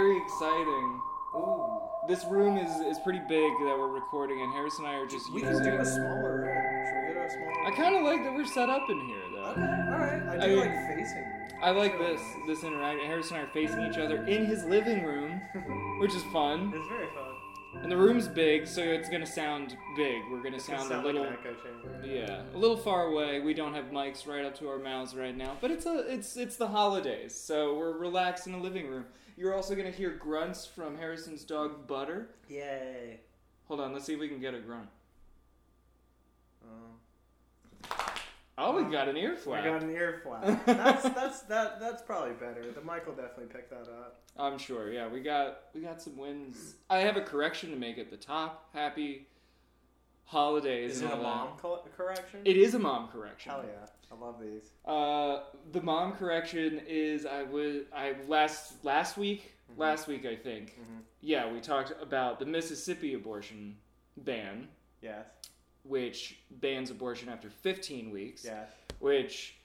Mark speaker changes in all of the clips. Speaker 1: exciting.
Speaker 2: Ooh.
Speaker 1: This room is, is pretty big that we're recording, and Harris and I are just
Speaker 2: We
Speaker 1: using
Speaker 2: can do a
Speaker 1: it.
Speaker 2: smaller. Should we go to a smaller?
Speaker 1: I kind of like that we're set up in here,
Speaker 2: Okay,
Speaker 1: though.
Speaker 2: all right. I do
Speaker 1: I-
Speaker 2: like facing.
Speaker 1: I like this this interaction. Harris and I are facing each other in his living room, which is fun.
Speaker 3: It's very fun.
Speaker 1: And the room's big, so it's gonna sound big. We're gonna
Speaker 3: It's gonna
Speaker 1: sound a
Speaker 3: sound
Speaker 1: little
Speaker 3: like an echo chamber.
Speaker 1: yeah, a little far away. We don't have mics right up to our mouths right now, but it's a it's it's the holidays, so we're relaxed in the living room. You're also gonna hear grunts from Harrison's dog Butter.
Speaker 2: Yay.
Speaker 1: Hold on, let's see if we can get a grunt.
Speaker 2: Um,
Speaker 1: Oh, we got an ear
Speaker 2: Uh, we
Speaker 1: flap.
Speaker 2: got an ear flap. That's that's that that's probably better. The mic will definitely pick that up.
Speaker 1: I'm sure. Yeah, we got we got some wins. I have a correction to make at the top. Happy holidays.
Speaker 2: Is
Speaker 1: and
Speaker 2: it a
Speaker 1: all that.
Speaker 2: mom col- correction?
Speaker 1: It is a mom correction.
Speaker 2: Hell yeah. I love these.
Speaker 1: Uh, the mom correction is I would I last last week
Speaker 2: Mhm.
Speaker 1: last week I think
Speaker 2: Mhm.
Speaker 1: yeah we talked about the Mississippi abortion ban
Speaker 2: Yes.
Speaker 1: which bans abortion after 15 weeks
Speaker 2: Yes.
Speaker 1: which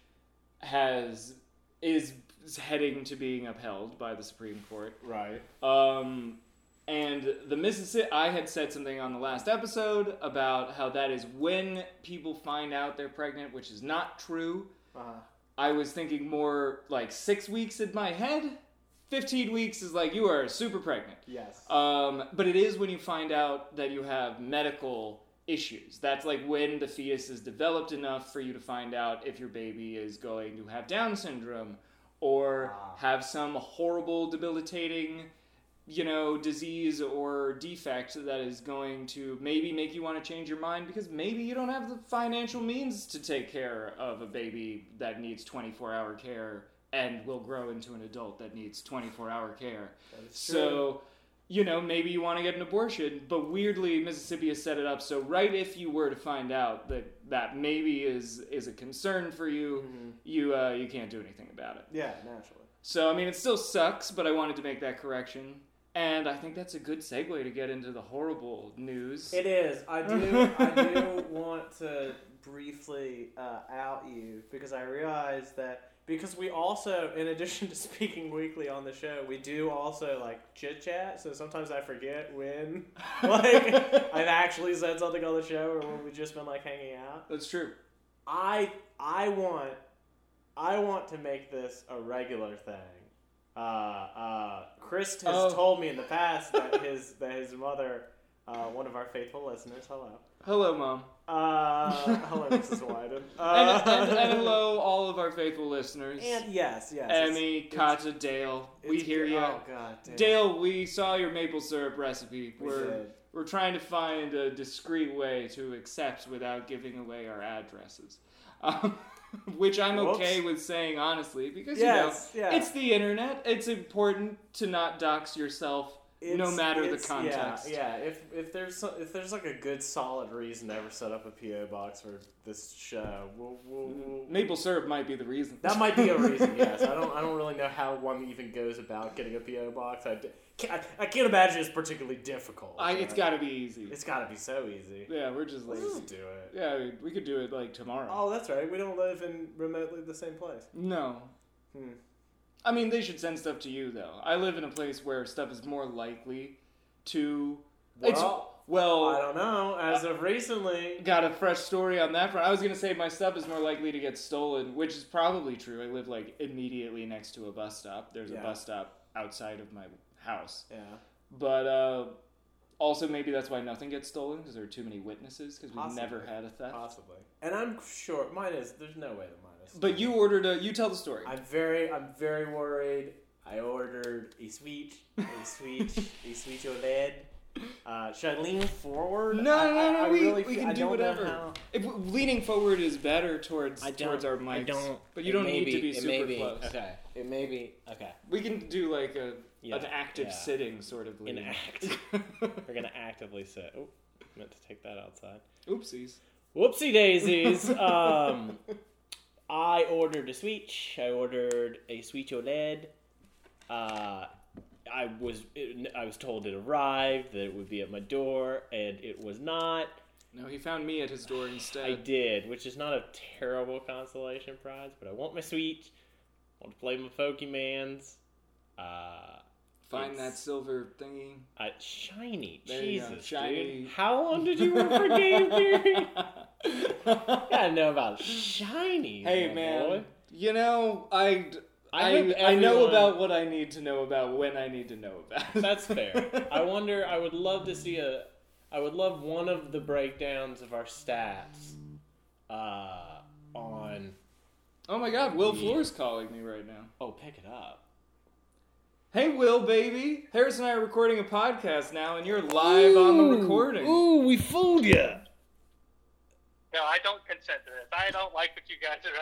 Speaker 1: has is heading to being upheld by the Supreme Court
Speaker 2: Right.
Speaker 1: um, and the Mississippi, I had said something on the last episode about how that is when people find out they're pregnant, which is not true.
Speaker 2: Uh-huh.
Speaker 1: I was thinking more like six weeks in my head. 15 weeks is like you are super pregnant.
Speaker 2: Yes.
Speaker 1: Um, but it is when you find out that you have medical issues. That's like when the fetus is developed enough for you to find out if your baby is going to have Down syndrome or
Speaker 2: Ah.
Speaker 1: have some horrible, debilitating, you know, disease or defect that is going to maybe make you want to change your mind because maybe you don't have the financial means to take care of a baby that needs 24 hour care and will grow into an adult that needs 24 hour care.
Speaker 2: That is true.
Speaker 1: So, you know, maybe you want to get an abortion, but weirdly, Mississippi has set it up so right if you were to find out that that maybe is is a concern for you,
Speaker 2: Mhm.
Speaker 1: you uh, you can't do anything about it.
Speaker 2: Yeah, naturally.
Speaker 1: So, I mean, it still sucks, but I wanted to make that correction, and I think that's a good segue to get into the horrible news.
Speaker 2: It is. I do. I do want to briefly uh, out you because I realize that because we also, in addition to speaking weekly on the show, we do also like chit chat. So sometimes I forget when like I've actually said something on the show or when we've just been like hanging out.
Speaker 1: that's true.
Speaker 2: I I want I want to make this a regular thing. Uh, uh, Chris has
Speaker 1: Oh.
Speaker 2: told me in the past that his that his mother, uh, one of our faithful listeners, hello,
Speaker 1: Hello, mom,
Speaker 2: uh, hello, Mrs. Wyden, uh,
Speaker 1: and, and, and hello, all of our faithful listeners.
Speaker 2: and yes, yes, it's-
Speaker 1: Emmy,
Speaker 2: it's-
Speaker 1: Kata, Dale,
Speaker 2: it's
Speaker 1: we hear
Speaker 2: good-
Speaker 1: you.
Speaker 2: Oh God, damn.
Speaker 1: Dale, we saw your maple syrup recipe.
Speaker 2: We
Speaker 1: We're
Speaker 2: did.
Speaker 1: we're trying to find a discreet way to accept without giving away our addresses, um, which I'm okay with saying honestly because
Speaker 2: yes,
Speaker 1: you know
Speaker 2: yeah.
Speaker 1: it's the internet. It's important to not dox yourself, no
Speaker 2: It's-
Speaker 1: matter the
Speaker 2: it's- yeah,
Speaker 1: context.
Speaker 2: Yeah, If if there's so, if there's like a good solid reason to ever set up a PO box for this show, we'll, we'll, we'll
Speaker 1: Maple syrup might be the reason.
Speaker 2: Mm-hmm. That might be a reason. Yes, I don't. I don't really know how one even goes about getting a PO box. I, d- can't- I, I can't imagine it's particularly difficult.
Speaker 1: I, it's
Speaker 2: right?
Speaker 1: got to be easy.
Speaker 2: It's got to be so easy.
Speaker 1: Yeah, we're just
Speaker 2: Let's
Speaker 1: lazy.
Speaker 2: just do it.
Speaker 1: Yeah, we- we could do it like tomorrow.
Speaker 2: Oh, that's right. We don't live in remotely the same place.
Speaker 1: No.
Speaker 2: Hmm.
Speaker 1: I mean, they should send stuff to you though. I live in a place where stuff is more likely to. It's- Oh.
Speaker 2: Well, I
Speaker 1: well,
Speaker 2: don't know. As of recently,
Speaker 1: got a fresh story on that front. I was gonna say my stuff is more likely to get stolen, which is probably true. I live like immediately next to a bus stop. There's
Speaker 2: Yeah.
Speaker 1: a bus stop outside of my house,
Speaker 2: yeah,
Speaker 1: but uh, also maybe that's why nothing gets stolen because there are too many witnesses because we've
Speaker 2: Possibly.
Speaker 1: never had a theft.
Speaker 2: possibly. And I'm sure mine is. There's no way that mine is.
Speaker 1: But you ordered a. You tell the story.
Speaker 2: I'm very. I'm very worried. I ordered a sweet, a sweet, a sweet OLED. Uh, should I lean forward?
Speaker 1: No,
Speaker 2: I,
Speaker 1: no,
Speaker 2: I-
Speaker 1: no,
Speaker 2: I
Speaker 1: we-
Speaker 2: really
Speaker 1: we
Speaker 2: fe-
Speaker 1: can
Speaker 2: I
Speaker 1: do
Speaker 2: don't know
Speaker 1: whatever.
Speaker 2: how-
Speaker 1: If, leaning forward is better towards
Speaker 2: I don't-
Speaker 1: towards our mics.
Speaker 2: I don't.
Speaker 1: But you don't need to be super close.
Speaker 2: Okay. It may be. Okay.
Speaker 1: We can do like a
Speaker 2: Uh, Yeah,
Speaker 1: an active
Speaker 2: yeah.
Speaker 1: sitting sort of
Speaker 2: An
Speaker 1: leaning.
Speaker 2: act. We're gonna actively sit. Oh, meant to take that outside.
Speaker 1: Oopsies.
Speaker 2: Whoopsie daisies. um, I ordered a Switch. I ordered a Switch OLED. Uh, I was I was told it arrived that it would be at my door, and it was not.
Speaker 1: No, he found me at his door
Speaker 4: I
Speaker 1: instead.
Speaker 4: did, which is not a terrible consolation prize, but I want my Switch. I want to play my Pokemons. Uh,
Speaker 1: Find
Speaker 2: It's-
Speaker 1: that silver thingy.
Speaker 2: Uh, shiny.
Speaker 1: There you go,
Speaker 2: Jesus,
Speaker 1: shiny.
Speaker 2: dude. How long did you work for Game Theory? gotta know about shiny.
Speaker 1: hey,
Speaker 2: my
Speaker 1: man.
Speaker 2: boy.
Speaker 1: You know, I, I,
Speaker 2: I hope
Speaker 1: I know
Speaker 2: everyone-
Speaker 1: about what I need to know about when I need to know about.
Speaker 2: That's fair. I wonder. I would love to see a. I would love one of the breakdowns of our stats. Uh, on
Speaker 1: oh my god, Will Floor's calling me right now.
Speaker 2: oh, pick it up.
Speaker 1: Hey, Will, baby. Harris and I are recording a podcast now, and you're live on the recording.
Speaker 2: Ooh, we fooled you.
Speaker 5: No, I don't consent to this. I don't like what you guys are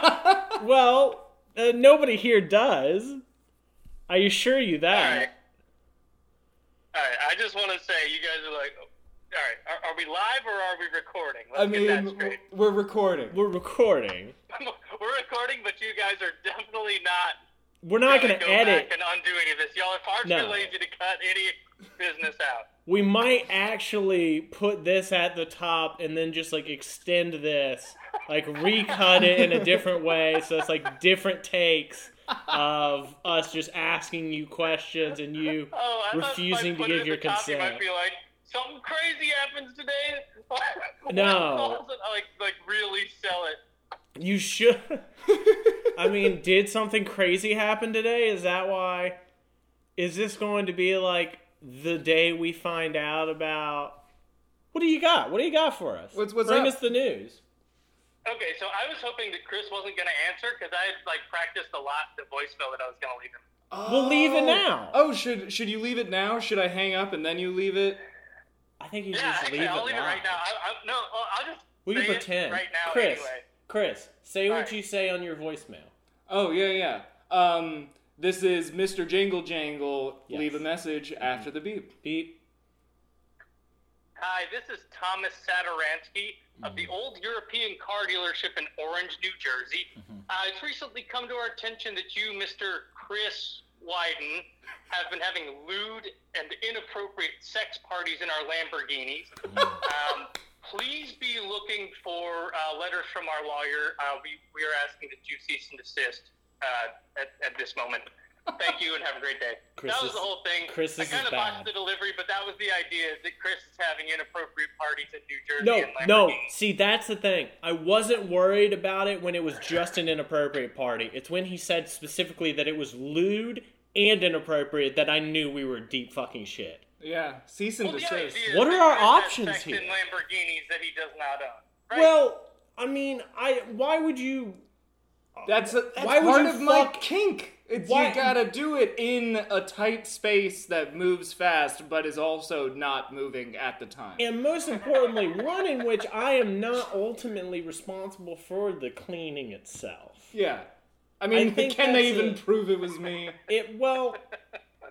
Speaker 5: up to.
Speaker 2: Well, uh, nobody here does. I assure you
Speaker 5: All right.
Speaker 2: that.
Speaker 5: All right. I just want to say you guys are like, all right. Are, are we live or are we recording? Let's
Speaker 1: I mean,
Speaker 5: get that straight.
Speaker 1: w- we're recording.
Speaker 2: We're recording.
Speaker 5: We're recording, but you guys are definitely not.
Speaker 2: We're not
Speaker 5: gonna
Speaker 2: going
Speaker 5: go
Speaker 2: to edit.
Speaker 5: back and undo any of this. Y'all are far
Speaker 2: No.
Speaker 5: too lazy to cut any business out.
Speaker 2: We might actually put this at the top and then just like extend this, like recut it in a different way. So it's like different takes of us just asking you questions and you.
Speaker 5: Oh, I thought
Speaker 2: Refusing
Speaker 5: by
Speaker 2: to
Speaker 5: putting
Speaker 2: give
Speaker 5: it
Speaker 2: your
Speaker 5: at the top, you
Speaker 2: consent.
Speaker 5: Might be like something crazy happens today. Why
Speaker 2: No.
Speaker 5: doesn't, Like, like really sell it.
Speaker 2: You should. I mean, did something crazy happen today? Is that why? Is this going to be like the day we find out about? What do you got? What do you got for us?
Speaker 1: What's- what's
Speaker 2: Bring
Speaker 1: up?
Speaker 2: us the news.
Speaker 5: Okay, so I was hoping that Chris wasn't going to answer because I had like practiced a lot the voicemail that I was going to leave him.
Speaker 2: We'll leave it
Speaker 1: Oh.
Speaker 2: now.
Speaker 1: Oh, should should you leave it now? Should I hang up and then you leave it?
Speaker 2: I think you
Speaker 5: Yeah,
Speaker 2: just
Speaker 5: actually,
Speaker 2: leave
Speaker 5: I'll
Speaker 2: it
Speaker 5: leave it
Speaker 2: live.
Speaker 5: right now. I, I, no, I'll I'll just
Speaker 2: We can
Speaker 5: say it
Speaker 2: pretend.
Speaker 5: right now
Speaker 2: Chris,
Speaker 5: anyway.
Speaker 2: Chris, say what
Speaker 5: Alright.
Speaker 2: you say on your voicemail.
Speaker 1: Oh yeah, yeah. Um, this is Mr. Jingle Jangle.
Speaker 2: Yes.
Speaker 1: Leave a message after the beep.
Speaker 2: Beep.
Speaker 5: Hi, this is Thomas Sadaransky
Speaker 2: Mm-hmm.
Speaker 5: of the old European car dealership in Orange, New Jersey.
Speaker 2: Mm-hmm.
Speaker 5: Uh, it's recently come to our attention that you, Mr. Chris Wyden, have been having lewd and inappropriate sex parties in our Lamborghinis.
Speaker 2: Mm-hmm.
Speaker 5: um, please be looking for uh, letters from our lawyer. Uh, we, we are asking that you cease and desist uh, at, at this moment. Thank you and have a great day.
Speaker 2: Chris
Speaker 5: that was
Speaker 2: is-
Speaker 5: the whole thing.
Speaker 2: Chris,
Speaker 5: I
Speaker 2: this is
Speaker 5: kind of
Speaker 2: bad.
Speaker 5: botched the delivery, but that was the idea is that Chris is having inappropriate parties in New Jersey.
Speaker 2: No,
Speaker 5: and
Speaker 2: no.
Speaker 5: Lamborghinis.
Speaker 2: See, that's the thing. I wasn't worried about it when it was just an inappropriate party. It's when he said specifically that it was lewd and inappropriate that I knew we were deep fucking shit.
Speaker 1: Yeah, cease and
Speaker 5: Well, the
Speaker 1: desist.
Speaker 5: idea is
Speaker 2: What
Speaker 5: that
Speaker 2: are our
Speaker 5: Chris has
Speaker 2: options
Speaker 5: sex
Speaker 2: here?
Speaker 5: In Lamborghinis that he does not own. Right?
Speaker 2: Well, I mean, I why would you?
Speaker 1: That's, a, that's
Speaker 2: Why would
Speaker 1: part
Speaker 2: you
Speaker 1: of my
Speaker 2: fuck-
Speaker 1: kink. It's,
Speaker 2: Why-
Speaker 1: you gotta do it in a tight space that moves fast, but is also not moving at the time.
Speaker 2: And most importantly, one in which I am not ultimately responsible for the cleaning itself.
Speaker 1: yeah, I mean,
Speaker 2: think
Speaker 1: can they
Speaker 2: that's
Speaker 1: even
Speaker 2: a-
Speaker 1: prove it was me?
Speaker 2: It well,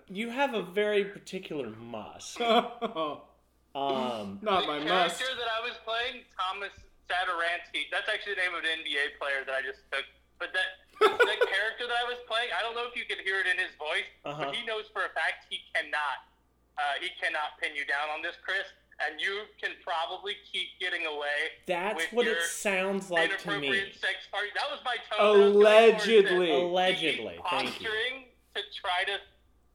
Speaker 2: you have a very particular must.
Speaker 1: Not
Speaker 2: Um,
Speaker 1: my
Speaker 5: the
Speaker 1: must.
Speaker 5: character that I was playing, Thomas Sadaransky. That's actually the name of an NBA player that I just took. But that that character that I was playing, I don't know if you could hear it in his voice,
Speaker 2: Uh-huh.
Speaker 5: but he knows for a fact he cannot. Uh, he cannot pin you down on this, Chris. And you can probably keep getting away.
Speaker 2: That's
Speaker 5: with
Speaker 2: what
Speaker 5: your
Speaker 2: it sounds like to me.
Speaker 5: inappropriate sex party. That was my tone. that I was going for, is that
Speaker 1: Allegedly.
Speaker 5: you keep
Speaker 2: Allegedly, thank you.
Speaker 5: Posturing to try to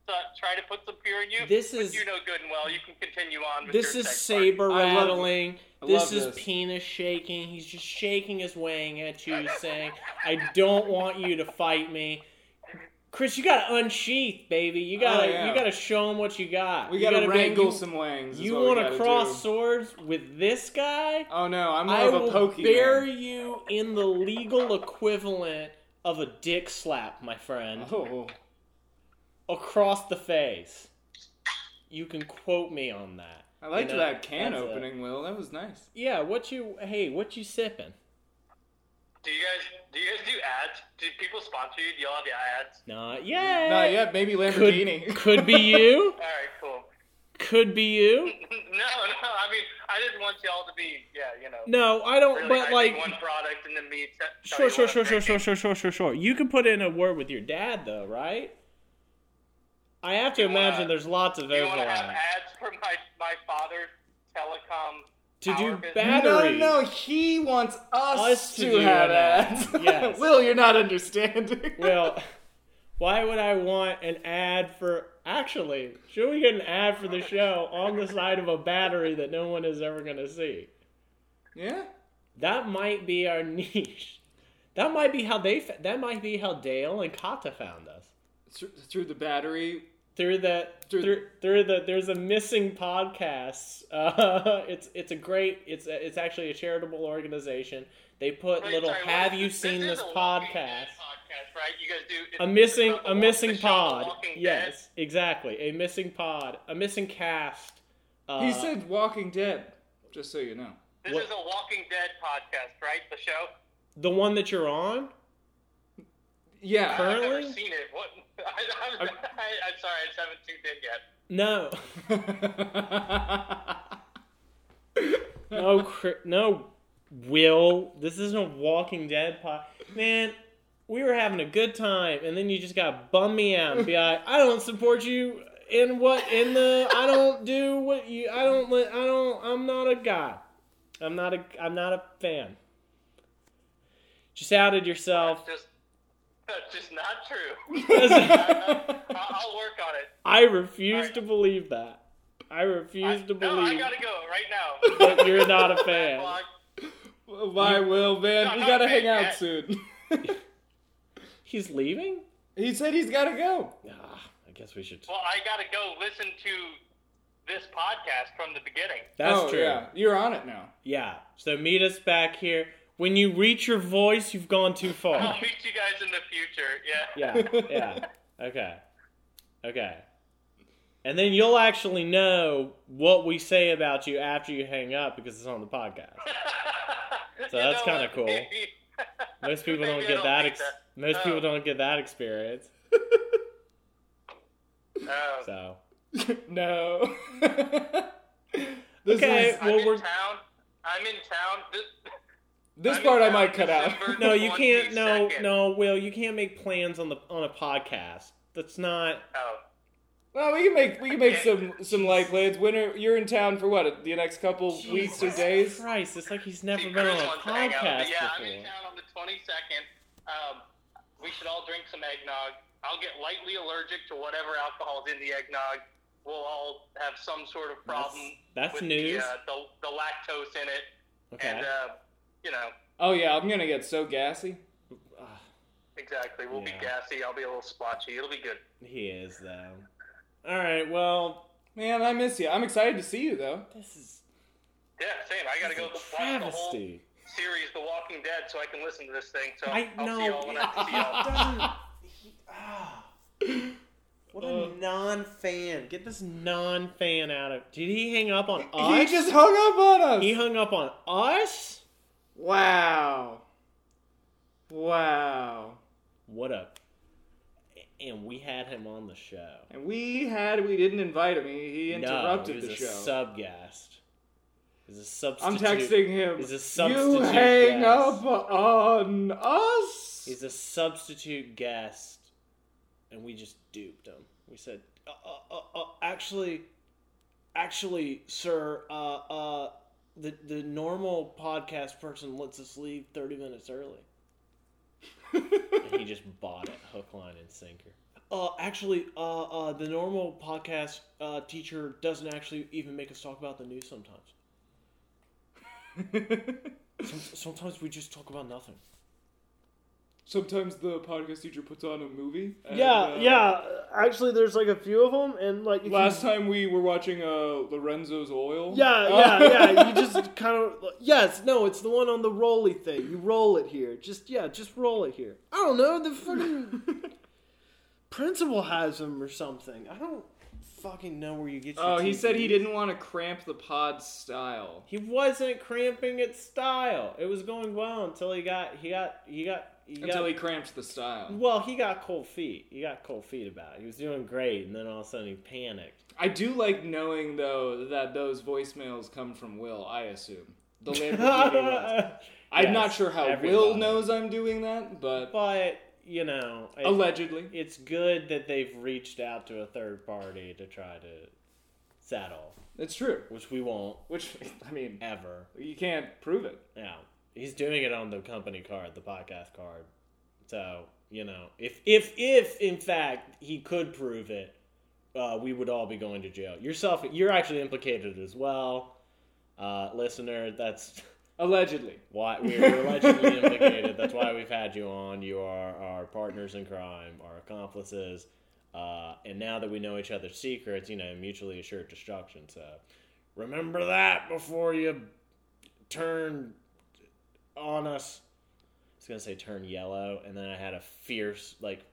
Speaker 5: to try to put some fear in you.
Speaker 2: This
Speaker 5: but
Speaker 2: is-
Speaker 5: you know good and well. You can continue on. With
Speaker 2: This
Speaker 5: your
Speaker 2: is
Speaker 5: sex party.
Speaker 2: saber
Speaker 1: I love-
Speaker 2: rattling.
Speaker 1: I
Speaker 2: This
Speaker 1: love
Speaker 2: is
Speaker 1: this.
Speaker 2: penis shaking. He's just shaking his wang at you, saying, "I don't want you to fight me." Chris, you gotta unsheath, baby. You gotta,
Speaker 1: yeah.
Speaker 2: you gotta show him what you got.
Speaker 1: We
Speaker 2: You
Speaker 1: gotta,
Speaker 2: gotta be-
Speaker 1: wrangle
Speaker 2: you-
Speaker 1: some wangs. is
Speaker 2: You
Speaker 1: what we
Speaker 2: want to
Speaker 1: gotta
Speaker 2: cross
Speaker 1: do.
Speaker 2: swords with this guy?
Speaker 1: Oh no, I'm more
Speaker 2: I
Speaker 1: of a
Speaker 2: will
Speaker 1: pokey.
Speaker 2: bury you in the legal equivalent of a dick slap, my friend,
Speaker 1: man. Oh,
Speaker 2: across the face. You can quote me on that.
Speaker 1: I liked
Speaker 2: You know,
Speaker 1: that can
Speaker 2: uh, that's a-
Speaker 1: opening, Will. That was nice.
Speaker 2: Yeah, what you? Hey, what you sipping?
Speaker 5: Do you guys do you guys do ads? Do people sponsor you? Do y'all have ads?
Speaker 2: Not yet.
Speaker 1: Not yet. Maybe Lamborghini.
Speaker 2: Could, could be you.
Speaker 5: All right, cool.
Speaker 2: Could be you.
Speaker 5: no, no. I mean, I didn't want y'all to be. Yeah, you know.
Speaker 2: No, I don't.
Speaker 5: Really,
Speaker 2: but
Speaker 5: hyping
Speaker 2: like,
Speaker 5: one product and then me. T- tell
Speaker 2: sure,
Speaker 5: you
Speaker 2: sure,
Speaker 5: what
Speaker 2: sure, sure, sure,
Speaker 5: I'm drinking.
Speaker 2: sure, sure, sure, sure. You can put in a word with your dad, though, right? I have to
Speaker 5: You wanna-
Speaker 2: imagine there's lots of
Speaker 5: Do you want to have
Speaker 2: overlap.
Speaker 5: ads for my my father's telecom?
Speaker 2: To
Speaker 5: power
Speaker 2: do
Speaker 5: business?
Speaker 2: bad-
Speaker 1: No,
Speaker 2: Battery.
Speaker 1: no, he wants us,
Speaker 2: Us to
Speaker 1: to,
Speaker 2: do
Speaker 1: have
Speaker 2: an ad.
Speaker 1: ads.
Speaker 2: Yes.
Speaker 1: Will, you're not understanding.
Speaker 2: Well, Why would I want an ad for? Actually, should we get an ad for the show on the side of a battery that no one is ever gonna see?
Speaker 1: Yeah.
Speaker 2: That might be our niche. That might be how they. fa- That might be how Dale and Kata found us
Speaker 1: Through, through the battery.
Speaker 2: through the
Speaker 1: Through-
Speaker 2: through, through, the there's a missing podcasts. Uh, it's it's a great it's a, it's actually a charitable organization. They put
Speaker 5: Wait,
Speaker 2: little
Speaker 5: sorry, what
Speaker 2: have
Speaker 5: is
Speaker 2: you
Speaker 5: this?
Speaker 2: seen
Speaker 5: is
Speaker 2: this
Speaker 5: a Walking
Speaker 2: podcast?
Speaker 5: Dead podcast, right? You guys do it's
Speaker 2: A missing
Speaker 5: about the
Speaker 2: a
Speaker 5: walk- the
Speaker 2: missing
Speaker 5: show, The
Speaker 2: pod.
Speaker 5: Walking Dead.
Speaker 2: Yes, exactly. A missing pod. A missing cast. Uh,
Speaker 1: he said Walking Dead, just so you know.
Speaker 5: This
Speaker 2: What-
Speaker 5: is a Walking Dead podcast, right? The show.
Speaker 2: the one that you're on.
Speaker 1: Yeah.
Speaker 5: I've never
Speaker 2: Currently?
Speaker 5: seen it. What? I, I'm, I,
Speaker 1: I'm-
Speaker 5: I'm sorry, I just haven't tuned in yet.
Speaker 2: No, no, cr- no. Will this isn't a Walking Dead pod? Man, we were having a good time, and then you just got bum me out and be like, I don't support you in what in the I don't do what you I don't li- I don't I'm not a guy. I'm not a I'm not a fan. Just outed yourself.
Speaker 5: That's just, that's just not true. I- I'll work on it.
Speaker 2: I refuse to believe that. I refuse to
Speaker 5: No, I
Speaker 2: believe
Speaker 5: gotta go right now.
Speaker 2: that you're not a fan.
Speaker 5: Blog.
Speaker 1: Why, Will, man?
Speaker 5: No,
Speaker 1: we
Speaker 5: not
Speaker 1: gotta
Speaker 5: bad
Speaker 1: hang out
Speaker 5: yet.
Speaker 1: soon.
Speaker 2: He's leaving?
Speaker 1: he said he's gotta go.
Speaker 2: Ah, I guess we should.
Speaker 5: Well, I gotta go listen to this podcast from the beginning.
Speaker 2: That's
Speaker 1: oh,
Speaker 2: true.
Speaker 1: Yeah. You're on it now.
Speaker 2: Yeah. So meet us back here. When you reach your voice, you've gone too far.
Speaker 5: I'll meet you guys in the future. Oh, Yeah.
Speaker 2: yeah. Yeah. Okay. Okay. And then you'll actually know what we say about you after you hang up because it's on the podcast. So
Speaker 5: You
Speaker 2: that's
Speaker 5: know
Speaker 2: kinda
Speaker 5: what?
Speaker 2: cool.
Speaker 5: Maybe-
Speaker 2: Most people
Speaker 5: maybe
Speaker 2: don't
Speaker 5: I
Speaker 2: get that.
Speaker 5: need
Speaker 2: Ex- most
Speaker 5: Oh.
Speaker 2: people don't get that experience.
Speaker 5: Oh.
Speaker 2: So
Speaker 1: no. this
Speaker 2: Okay.
Speaker 1: is,
Speaker 5: I'm
Speaker 2: Well,
Speaker 5: in
Speaker 2: we're-
Speaker 5: town. I'm in town. This,
Speaker 1: this
Speaker 5: I'm
Speaker 1: part
Speaker 5: in
Speaker 1: I might
Speaker 5: town
Speaker 1: cut out.
Speaker 5: December
Speaker 2: no, you can't. No,
Speaker 5: 22nd.
Speaker 2: no, Will, you can't make plans on the on a podcast. That's not.
Speaker 5: Oh.
Speaker 1: Well, we can make we can make
Speaker 5: Okay.
Speaker 1: some some light plans. When are, you're in town for what the next couple weeks or
Speaker 2: Jesus
Speaker 1: days?
Speaker 2: Christ, it's like he's
Speaker 5: See,
Speaker 2: never been
Speaker 5: Cruz
Speaker 2: on a
Speaker 5: wants to hang out, but
Speaker 2: podcast
Speaker 5: Yeah, I'm in
Speaker 2: before.
Speaker 5: town on the 22nd. Um, we should all drink some eggnog. I'll get lightly allergic to whatever alcohol's in the eggnog. We'll all have some sort of problem
Speaker 2: That's, that's
Speaker 5: with
Speaker 2: news.
Speaker 5: The, uh, the, the lactose in it,
Speaker 2: okay.
Speaker 5: and uh, you know
Speaker 1: Oh yeah, I'm gonna get so gassy.
Speaker 5: uh,
Speaker 2: Ah,
Speaker 5: exactly. We'll
Speaker 2: Yeah.
Speaker 5: be gassy. I'll be a little splotchy. It'll be good.
Speaker 2: he is though. All right. Well,
Speaker 1: Man, I miss you. I'm excited to see you though.
Speaker 2: this is
Speaker 5: Yeah, same. I gotta go
Speaker 2: a
Speaker 5: watch the whole
Speaker 2: travesty.
Speaker 5: series, The Walking Dead, so I can listen to this thing. So
Speaker 2: I
Speaker 5: will
Speaker 2: know.
Speaker 5: see y'all when I see y'all.
Speaker 6: doesn't. He, ah. What a non-fan.
Speaker 2: Get this non-fan out of. Did he hang up on
Speaker 1: He
Speaker 2: us?
Speaker 1: just hung up on us.
Speaker 2: He hung up on us.
Speaker 1: wow. Wow.
Speaker 2: What up? And we had him on the show.
Speaker 1: And we had we didn't invite him. He, he interrupted
Speaker 2: no, he was
Speaker 1: the
Speaker 2: a
Speaker 1: show.
Speaker 2: Sub guest. He's a substitute.
Speaker 1: I'm texting him.
Speaker 2: He's a
Speaker 1: you
Speaker 2: substitute
Speaker 1: hang
Speaker 2: guest.
Speaker 1: up on us.
Speaker 2: He's a substitute guest, and we just duped him. We said, uh, uh, uh, uh, "Actually, actually, sir, uh, uh, the the normal podcast person lets us leave thirty minutes early." and he just bought it, hook, line, and sinker. Uh, actually, uh, uh, the normal podcast uh, teacher doesn't actually even make us talk about the news sometimes. Some, sometimes we just talk about nothing.
Speaker 1: Sometimes the podcast teacher puts on a movie. and,
Speaker 2: Yeah,
Speaker 1: uh,
Speaker 2: yeah. Actually, there's like a few of them, and like if
Speaker 1: Last
Speaker 2: you,
Speaker 1: time we were watching uh, Lorenzo's Oil.
Speaker 2: Yeah,
Speaker 1: Uh,
Speaker 2: yeah, yeah. You just kind of yes, no. It's the one on the rolly thing. You roll it here. Just yeah, just roll it here. I don't know. The fucking principal has them or something. I don't fucking know where you get. Your
Speaker 1: Oh, he said he
Speaker 2: TVs.
Speaker 1: didn't want to cramp the pod style.
Speaker 2: He wasn't cramping its style. It was going well until he got he got he got he got
Speaker 1: Until he cramps the style.
Speaker 2: well he got cold feet. He got cold feet about it. He was doing great, and then all of a sudden he panicked.
Speaker 1: I do like knowing though that those voicemails come from Will. I assume the Lamborghini ones. I'm
Speaker 2: Yes,
Speaker 1: not sure how Will
Speaker 2: everybody.
Speaker 1: knows I'm doing that, but
Speaker 2: But you know, it-
Speaker 1: allegedly.
Speaker 2: it's good that they've reached out to a third party to try to settle,
Speaker 1: It's true.
Speaker 2: which we won't
Speaker 1: Which I mean,
Speaker 2: ever.
Speaker 1: you can't prove it.
Speaker 2: Now he's doing it on the company card, the podcast card, So you know, if if if in fact he could prove it, uh, we would all be going to jail. Yourself, you're actually implicated as well, uh, listener. That's
Speaker 1: Allegedly.
Speaker 2: why we were allegedly implicated. That's why we've had you on. You are our partners in crime, our accomplices. Uh, and now that we know each other's secrets, you know, mutually assured destruction. So remember that before you turn on us. I was gonna say turn yellow, and then I had a fierce like.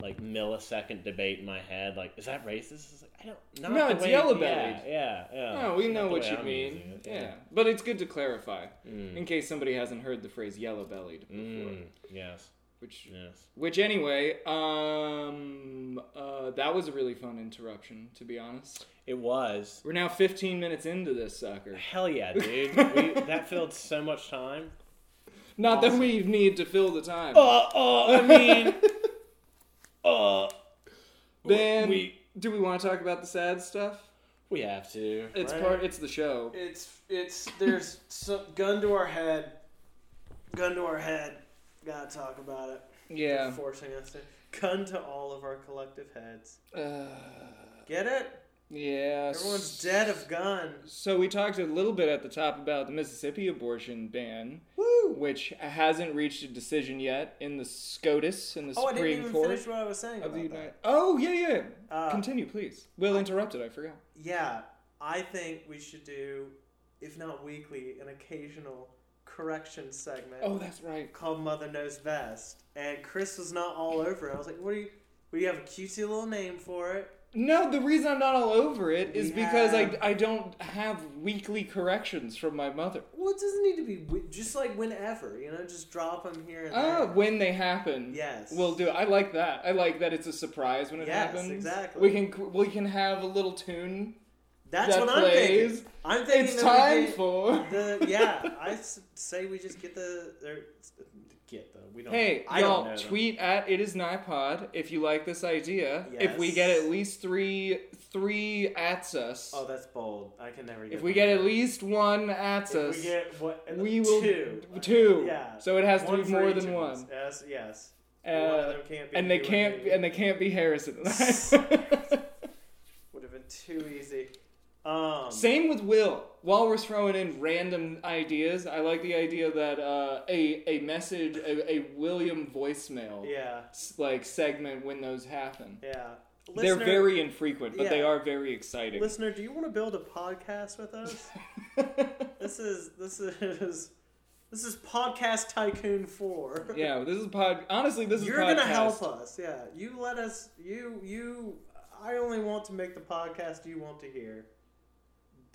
Speaker 2: Like millisecond debate in my head, like is that racist? It's like, I don't. Not
Speaker 1: No,
Speaker 2: the
Speaker 1: it's
Speaker 2: way-
Speaker 1: yellow
Speaker 2: yeah,
Speaker 1: bellied.
Speaker 2: yeah, yeah.
Speaker 1: No, Oh, we
Speaker 2: Not
Speaker 1: know
Speaker 2: the
Speaker 1: what
Speaker 2: way
Speaker 1: you
Speaker 2: I'm
Speaker 1: mean.
Speaker 2: using it,
Speaker 1: yeah. but it's good to clarify in case somebody hasn't heard the phrase "yellow-bellied" before.
Speaker 2: Mm, yes,
Speaker 1: Which,
Speaker 2: yes.
Speaker 1: which anyway, um, uh, that was a really fun interruption. To be honest,
Speaker 2: It was.
Speaker 1: we're now 15 minutes into this sucker.
Speaker 2: Hell yeah, dude. we, that filled so much time.
Speaker 1: Not that we need to fill the time.
Speaker 2: Uh, uh, I mean, uh,
Speaker 1: Then
Speaker 2: we-
Speaker 1: do we want to talk about the sad stuff?
Speaker 2: we have to.
Speaker 1: It's
Speaker 6: Right.
Speaker 1: part. It's the show.
Speaker 6: It's it's there's some gun to our head, gun to our head. Gotta talk about it. They're
Speaker 1: Yeah.
Speaker 6: forcing us to gun to all of our collective heads.
Speaker 1: Uh,
Speaker 6: Get it?
Speaker 1: yeah.
Speaker 6: Everyone's dead of gun.
Speaker 1: So we talked a little bit at the top about the Mississippi abortion ban,
Speaker 6: Woo!
Speaker 1: which hasn't reached a decision yet in the SCOTUS in the
Speaker 6: Oh, I didn't
Speaker 1: Supreme
Speaker 6: even
Speaker 1: Court
Speaker 6: finish what I was saying
Speaker 1: of the
Speaker 6: about that.
Speaker 1: United. Oh yeah, yeah.
Speaker 6: Uh,
Speaker 1: Continue, please. Will interrupted. I forgot.
Speaker 6: Yeah, I think we should do, if not weekly, an occasional correction segment
Speaker 1: Oh, that's right.
Speaker 6: called Mother Knows Best. And Chris was not all over it. I was like, "What do you? We have a cutesy little name for it."
Speaker 1: No, the reason I'm not all over it is
Speaker 6: We
Speaker 1: because I,
Speaker 6: have-
Speaker 1: I don't have weekly corrections from my mother.
Speaker 6: Well, it doesn't need to be wi- just like whenever, you know, just drop them here and
Speaker 1: Ah,
Speaker 6: there.
Speaker 1: when they happen.
Speaker 6: Yes.
Speaker 1: We'll do. it. I like that. I like that it's a surprise when it
Speaker 6: Yes,
Speaker 1: happens.
Speaker 6: exactly.
Speaker 1: We can we can have a little tune.
Speaker 6: That's
Speaker 1: that
Speaker 6: what I'm
Speaker 1: plays.
Speaker 6: thinking. I'm thinking
Speaker 1: It's
Speaker 6: that we
Speaker 1: time
Speaker 6: get
Speaker 1: for.
Speaker 6: the yeah. I s- say we just get the or, get the we don't.
Speaker 1: Hey,
Speaker 6: I don't know
Speaker 1: y'all,
Speaker 6: them.
Speaker 1: tweet at it is Nipod if you like this idea. If we
Speaker 6: Yes.
Speaker 1: get at least three three ats us,
Speaker 6: Oh, that's bold. I can never. Get
Speaker 1: if we
Speaker 6: them.
Speaker 1: get at least one ats
Speaker 6: If
Speaker 1: us,
Speaker 6: we get what
Speaker 1: we will
Speaker 6: two.
Speaker 1: two.
Speaker 6: Yeah.
Speaker 1: So it has to
Speaker 6: One
Speaker 1: be
Speaker 6: for
Speaker 1: more
Speaker 6: each
Speaker 1: than
Speaker 6: of
Speaker 1: one.
Speaker 6: us. Yes, yes. one of
Speaker 1: Uh,
Speaker 6: them can't be
Speaker 1: and they
Speaker 6: you
Speaker 1: can't
Speaker 6: me.
Speaker 1: and they can't be Harrison.
Speaker 6: would have been too easy. Um,
Speaker 1: Same with Will. While we're throwing in random ideas, I like the idea that uh, a a message, a, a William voicemail,
Speaker 6: Yeah,
Speaker 1: s- like segment when those happen.
Speaker 6: yeah.
Speaker 1: They're very infrequent, but they
Speaker 6: Yeah.
Speaker 1: are very exciting.
Speaker 6: listener. Do you want to build a podcast with us? this is this is this is podcast tycoon four.
Speaker 1: yeah, this is pod. Honestly, this is
Speaker 6: You're
Speaker 1: podcast.
Speaker 6: gonna help us. Yeah, you let us. You you. I only want to make the podcast you want to hear.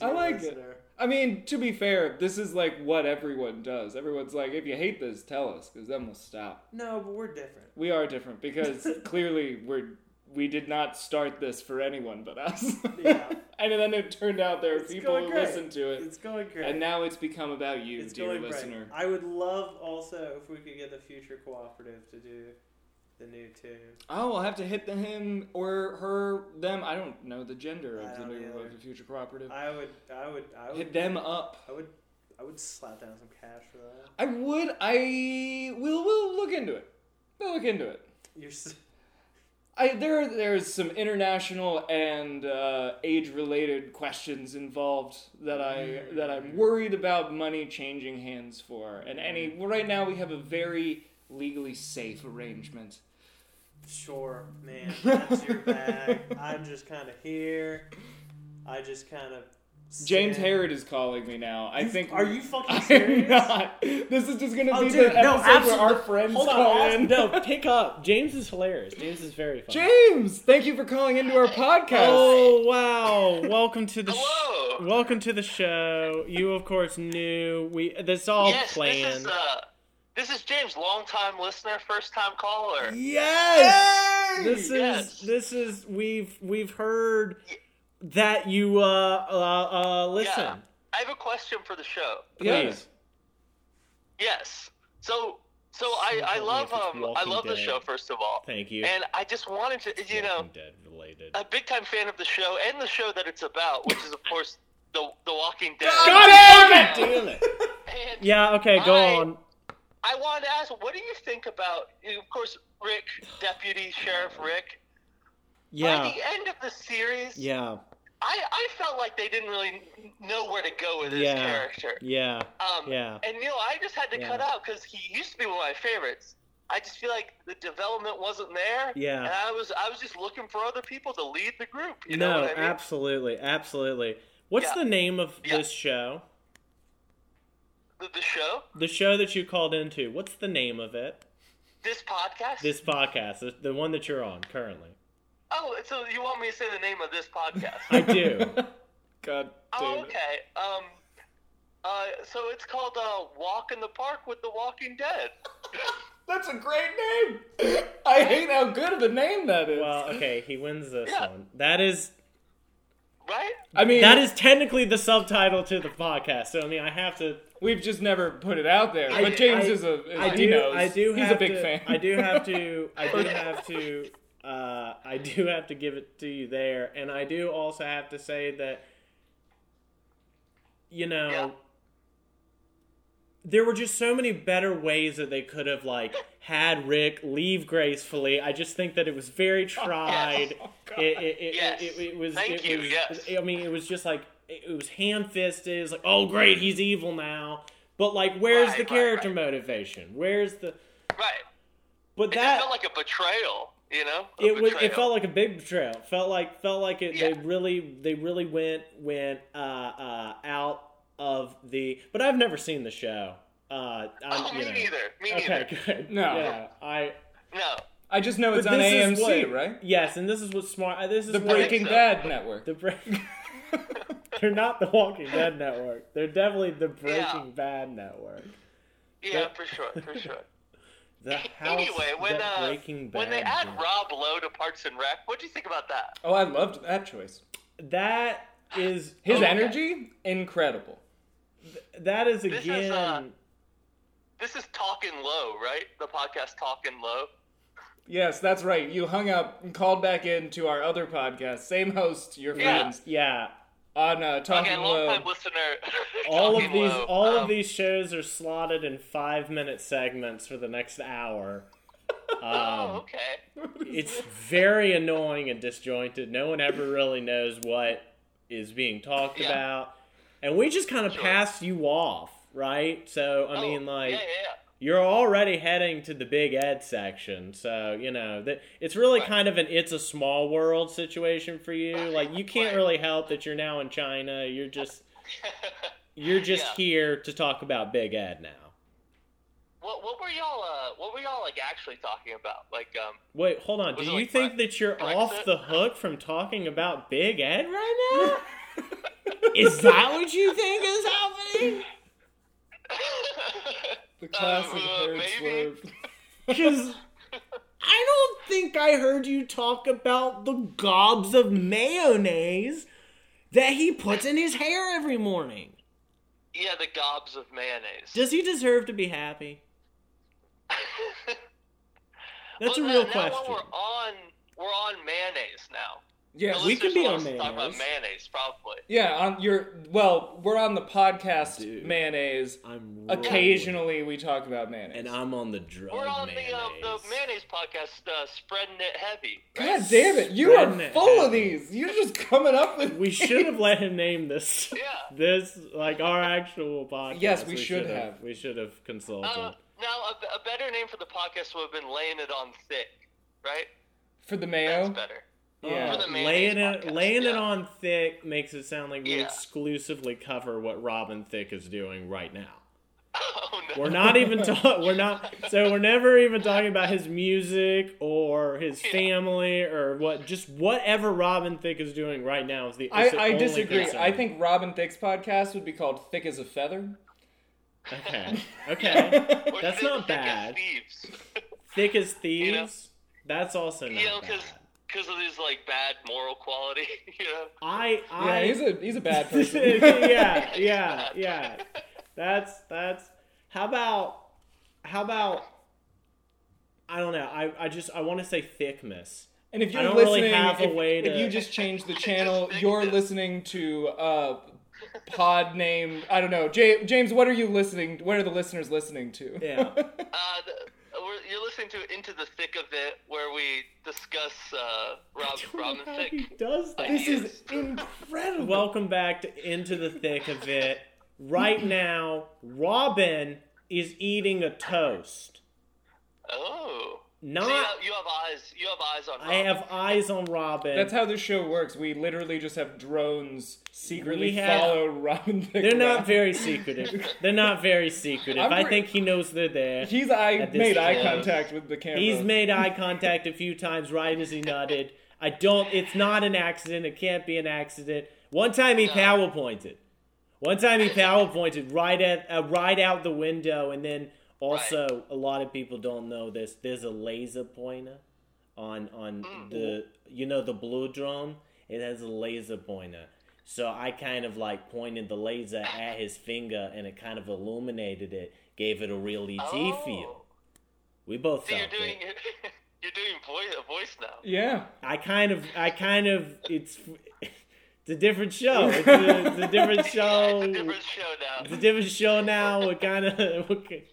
Speaker 1: I
Speaker 6: dear
Speaker 1: like it.
Speaker 6: listener.
Speaker 1: I mean, to be fair, this is like what everyone does. Everyone's like, if you hate this, tell us, because then we'll stop.
Speaker 6: No, but we're different.
Speaker 1: We are different because clearly we're we did not start this for anyone but us.
Speaker 6: Yeah.
Speaker 1: and then it turned out there are
Speaker 6: It's
Speaker 1: people
Speaker 6: going
Speaker 1: who
Speaker 6: great.
Speaker 1: listened to it.
Speaker 6: It's going great.
Speaker 1: And now it's become about you,
Speaker 6: it's
Speaker 1: dear
Speaker 6: going great.
Speaker 1: listener.
Speaker 6: I would love also if we could get the future cooperative to do the new tune.
Speaker 1: Oh, I'll have to hit the him or her them. I don't know the gender
Speaker 6: I
Speaker 1: of the
Speaker 6: don't
Speaker 1: new
Speaker 6: either.
Speaker 1: of the future cooperative.
Speaker 6: I would. I would. I would.
Speaker 1: hit them up.
Speaker 6: I would. I would slap down some cash for that.
Speaker 1: I would. I will. We'll look into it. We'll look into it.
Speaker 6: You're. s-
Speaker 1: I, there, there's some international and uh, age-related questions involved that I
Speaker 6: Mm-hmm.
Speaker 1: that I'm worried about money changing hands for. And any
Speaker 6: Mm-hmm.
Speaker 1: well, right now we have a very legally safe arrangement.
Speaker 6: Sure, man. That's your bag. I'm just kind of here. I just kind of.
Speaker 1: James Harrod is calling me now. I
Speaker 6: You-
Speaker 1: think.
Speaker 6: Are you fucking
Speaker 1: I'm
Speaker 6: serious?
Speaker 1: not. This is just gonna
Speaker 6: Oh,
Speaker 1: be
Speaker 6: dude,
Speaker 1: the
Speaker 6: no,
Speaker 1: episode where
Speaker 6: absolute-
Speaker 1: our friends
Speaker 6: hold on,
Speaker 1: call
Speaker 6: abs-
Speaker 1: in.
Speaker 2: No, pick up. James is hilarious. James is very funny.
Speaker 1: James, thank you for calling into our podcast.
Speaker 2: Oh wow! Welcome to the sh-
Speaker 5: Hello.
Speaker 2: welcome to the show. You of course knew we. This all
Speaker 5: yes,
Speaker 2: planned.
Speaker 5: this is uh, this is James, longtime listener, first time caller.
Speaker 2: Yes. This is
Speaker 5: Yes.
Speaker 2: this is we've we've heard that you uh uh, uh listen.
Speaker 5: Yeah. I have a question for the show.
Speaker 1: Yes.
Speaker 5: Yes. So so I I
Speaker 2: Something
Speaker 5: love
Speaker 2: if it's
Speaker 5: um I
Speaker 2: Walking
Speaker 5: love the
Speaker 2: Dead.
Speaker 5: show first of all.
Speaker 2: Thank you.
Speaker 5: And I just wanted to you know
Speaker 2: Walking Dead related.
Speaker 5: a big time fan of the show and the show that it's about, which is of course the the Walking Dead.
Speaker 1: God damn it!
Speaker 2: Damn it.
Speaker 5: And
Speaker 2: Yeah. Okay. Go
Speaker 5: I-
Speaker 2: on.
Speaker 5: I wanted to ask, what do you think about, of course, Rick, Deputy Sheriff Rick? By
Speaker 2: Yeah.
Speaker 5: the end of the series,
Speaker 2: Yeah.
Speaker 5: I, I felt like they didn't really know where to go with his
Speaker 2: Yeah.
Speaker 5: character.
Speaker 2: Yeah.
Speaker 5: Um,
Speaker 2: Yeah.
Speaker 5: And, you know, I just had to
Speaker 2: Yeah.
Speaker 5: cut out because he used to be one of my favorites. I just feel like the development wasn't there.
Speaker 2: Yeah.
Speaker 5: And I was I was just looking for other people to lead the group. You know
Speaker 2: no,
Speaker 5: what I mean?
Speaker 2: absolutely. Absolutely. What's
Speaker 5: Yeah.
Speaker 2: the name of
Speaker 5: Yeah.
Speaker 2: this show?
Speaker 5: the, the show,
Speaker 2: The show that you called into. What's the name of it?
Speaker 5: this podcast.
Speaker 2: This podcast, the- the one that you're on currently.
Speaker 5: Oh, so you want me to say the name of this podcast?
Speaker 2: I do.
Speaker 1: God damn
Speaker 5: Oh,
Speaker 1: it.
Speaker 5: okay. Um, uh, so it's called uh, "Walk in the Park with the Walking Dead."
Speaker 1: That's a great name. I hate how good of a name that is.
Speaker 2: well, okay, he wins this
Speaker 5: Yeah.
Speaker 2: one. That is
Speaker 5: Right?
Speaker 1: I mean,
Speaker 2: that is technically the subtitle to the podcast. So I mean, I have to.
Speaker 1: we've just never put it out there.
Speaker 2: I-
Speaker 1: but James
Speaker 2: I-
Speaker 1: is a is,
Speaker 2: I
Speaker 1: he
Speaker 2: do.
Speaker 1: knows.
Speaker 2: I do.
Speaker 1: He's
Speaker 2: have
Speaker 1: a big
Speaker 2: to-
Speaker 1: fan. Oh,
Speaker 2: I do have to. I do have to. Uh, I do have to give it to you there, and I do also have to say that. You know.
Speaker 5: Yeah.
Speaker 2: There were just so many better ways that they could have like had Rick leave gracefully. I just think that it was very tried.
Speaker 1: Oh, God.
Speaker 2: it, it, it,
Speaker 5: Yes.
Speaker 2: it, it was.
Speaker 5: Thank
Speaker 2: it
Speaker 5: you,
Speaker 2: was-
Speaker 5: yes.
Speaker 2: I mean, it was just like it was ham-fisted. It's like, oh, great, he's evil now. But like, where's
Speaker 5: Right,
Speaker 2: the
Speaker 5: right,
Speaker 2: character
Speaker 5: right.
Speaker 2: motivation? Where's the?
Speaker 5: Right.
Speaker 2: But
Speaker 5: It
Speaker 2: that
Speaker 5: just felt like a betrayal. You know? A
Speaker 2: it was. It
Speaker 5: betrayal.
Speaker 2: felt like a big betrayal. It felt like felt like it. They
Speaker 5: Yeah.
Speaker 2: really they really went went uh, uh, out of the. But I've never seen the show. Uh, I'm,
Speaker 5: Oh,
Speaker 2: you
Speaker 5: me
Speaker 2: know.
Speaker 5: neither. Me neither.
Speaker 2: Okay, good.
Speaker 1: No.
Speaker 2: yeah, I.
Speaker 5: No.
Speaker 1: I just know
Speaker 2: but
Speaker 1: it's on
Speaker 2: this
Speaker 1: AMC,
Speaker 2: is what-
Speaker 1: right?
Speaker 2: Yes, and this is what smart. uh, This is
Speaker 1: The
Speaker 2: what-
Speaker 1: Breaking
Speaker 5: so.
Speaker 1: Bad network.
Speaker 2: The break. They're not the Walking Dead network. They're definitely the Breaking
Speaker 5: Yeah.
Speaker 2: Bad network.
Speaker 5: Yeah,
Speaker 2: That-
Speaker 5: for sure. For sure.
Speaker 2: The house
Speaker 5: anyway, when
Speaker 2: that
Speaker 5: uh,
Speaker 2: Breaking Bad
Speaker 5: when they add
Speaker 2: did.
Speaker 5: Rob Lowe to Parks and Rec, what do you think about that?
Speaker 1: oh, I loved that choice.
Speaker 2: that is
Speaker 1: His
Speaker 5: Okay.
Speaker 1: energy, incredible.
Speaker 2: that is
Speaker 5: This is,
Speaker 2: again.
Speaker 5: uh, This is Talking Low, right? The podcast Talking Low.
Speaker 1: Yes, that's right. You hung up and called back in to our other podcast, same host, your
Speaker 5: Yeah.
Speaker 1: friends,
Speaker 2: yeah,
Speaker 1: on uh, Talking
Speaker 5: Again, long
Speaker 1: Low.
Speaker 5: time listener.
Speaker 2: all of
Speaker 5: Talking
Speaker 2: these
Speaker 5: Low.
Speaker 2: all
Speaker 5: Um,
Speaker 2: of these shows are slotted in five minute segments for the next hour. Um,
Speaker 5: Oh, okay.
Speaker 2: it's very annoying and disjointed. No one ever really knows what is being talked
Speaker 5: Yeah.
Speaker 2: about. And we just kind of
Speaker 5: Sure.
Speaker 2: pass you off, right? So, I
Speaker 5: Oh,
Speaker 2: mean, like,
Speaker 5: yeah, yeah, yeah.
Speaker 2: you're already heading to the big ed section. So, you know, that it's really
Speaker 5: Right.
Speaker 2: kind of an it's a small world situation for you.
Speaker 5: Right,
Speaker 2: Like, you can't
Speaker 5: right.
Speaker 2: really help that you're now in China. You're just you're just
Speaker 5: Yeah.
Speaker 2: here to talk about big ed now.
Speaker 5: what what were y'all uh what were y'all like actually talking about? Like um
Speaker 2: Wait, hold on. Do
Speaker 5: Was it
Speaker 2: you
Speaker 5: like
Speaker 2: think
Speaker 5: Bre-
Speaker 2: that you're
Speaker 5: Brexit?
Speaker 2: off the hook from talking about Big Ed right now? is that what you think is happening?
Speaker 1: the classic
Speaker 5: Uh,
Speaker 1: herd
Speaker 5: maybe.
Speaker 1: swerve.
Speaker 2: Because I don't think I heard you talk about the gobs of mayonnaise that he puts in his hair every morning.
Speaker 5: Yeah, the gobs of mayonnaise.
Speaker 2: Does he deserve to be happy? That's
Speaker 5: Well,
Speaker 2: a
Speaker 5: now-
Speaker 2: real
Speaker 5: now when
Speaker 2: question.
Speaker 5: we're on we're on mayonnaise now.
Speaker 1: Yeah,
Speaker 5: The
Speaker 2: we
Speaker 5: listeners
Speaker 2: could be
Speaker 5: want
Speaker 2: on
Speaker 5: us to Talk about
Speaker 2: mayonnaise.
Speaker 5: mayonnaise, probably.
Speaker 1: yeah. On your well, we're on the podcast
Speaker 2: Dude.
Speaker 1: mayonnaise.
Speaker 2: I'm rolling,
Speaker 1: Occasionally, we talk about mayonnaise.
Speaker 2: and I'm on the drug
Speaker 5: We're on
Speaker 2: mayonnaise.
Speaker 5: the um, the mayonnaise podcast, uh, spreading it heavy.
Speaker 1: God damn it! You are
Speaker 2: Spreading it
Speaker 1: full of
Speaker 2: heavy.
Speaker 1: these. You're just coming up with.
Speaker 2: We should have let him name this.
Speaker 5: Yeah.
Speaker 2: This like our actual podcast.
Speaker 1: Yes, we should have.
Speaker 2: We should have consulted.
Speaker 5: Uh, now a, a better name for the podcast would have been laying it on thick, right?
Speaker 1: for the
Speaker 5: That's
Speaker 1: mayo.
Speaker 5: better.
Speaker 1: yeah.
Speaker 5: For the mayonnaise
Speaker 2: laying it
Speaker 5: podcast,
Speaker 2: laying it
Speaker 5: yeah.
Speaker 2: on thick makes it sound like we
Speaker 5: Yeah.
Speaker 2: exclusively cover what Robin Thicke is doing right now.
Speaker 5: oh no.
Speaker 2: We're not even talking. We're not. So we're never even talking about his music or his
Speaker 5: Yeah.
Speaker 2: family or what. Just whatever Robin Thicke is doing right now is the. Is
Speaker 1: I,
Speaker 2: the
Speaker 1: I
Speaker 2: only
Speaker 1: disagree.
Speaker 2: concern.
Speaker 1: I think Robin Thicke's podcast would be called "Thick as a Feather."
Speaker 2: Okay. Okay.
Speaker 5: We're
Speaker 2: That's
Speaker 5: thick-
Speaker 2: not
Speaker 5: thick as
Speaker 2: bad.
Speaker 5: thieves.
Speaker 2: thick as thieves.
Speaker 5: You know?
Speaker 2: That's also not
Speaker 5: you know,
Speaker 2: bad.
Speaker 5: because because of his like bad moral quality. You know,
Speaker 2: I.
Speaker 1: Yeah,
Speaker 2: I.
Speaker 1: he's a he's a bad person.
Speaker 2: yeah, yeah, yeah. That's that's. How about how about? I don't know. I, I just I want to say thickness.
Speaker 1: And if you're
Speaker 2: don't really
Speaker 1: listening,
Speaker 2: have a
Speaker 1: if,
Speaker 2: way
Speaker 1: if
Speaker 2: to-
Speaker 1: you just change the channel, you're listening to uh, pod name. I don't know. Ja- James, what are you listening? What are the listeners listening to?
Speaker 2: Yeah.
Speaker 5: Uh, the, we're, you're listening to Into the Thick of It, where we discuss uh, Rob, Robin
Speaker 2: How
Speaker 5: Thicke.
Speaker 2: he does that.
Speaker 1: This is incredible.
Speaker 2: Welcome back to Into the Thick of It. Right now, Robin is eating a toast.
Speaker 5: Oh. So you,
Speaker 2: Not,
Speaker 5: have, you have eyes. You have eyes on.
Speaker 2: I
Speaker 5: Rob.
Speaker 2: have eyes on Robin.
Speaker 1: That's how this show works. We literally just have drones secretly
Speaker 2: We have-
Speaker 1: follow Robin Thicke.
Speaker 2: They're
Speaker 1: around.
Speaker 2: not very secretive. They're not very secretive.
Speaker 1: I'm
Speaker 2: I
Speaker 1: re-
Speaker 2: think he knows they're there.
Speaker 1: He's I
Speaker 2: At this
Speaker 1: made eye
Speaker 2: point.
Speaker 1: contact with the camera.
Speaker 2: He's made eye contact a few times right as he nodded. I don't. It's not an accident. It can't be an accident. One time he power pointed. One time he power pointed right at uh, right out the window, and then also a lot of people don't know this. There's a laser pointer on on
Speaker 5: Mm.
Speaker 2: the you know the blue drone. It has a laser pointer. So I kind of like pointed the laser at his finger, and it kind of illuminated it, gave it a real ET
Speaker 5: oh.
Speaker 2: feel. We both
Speaker 5: So you're
Speaker 2: felt it.
Speaker 5: doing you're doing voice a voice now.
Speaker 1: Yeah.
Speaker 2: I kind of, I kind of, it's, it's a different show. It's a, it's a different show.
Speaker 5: Yeah, it's a different show
Speaker 2: It's a
Speaker 5: now.
Speaker 2: different show now. We're kind of. Okay.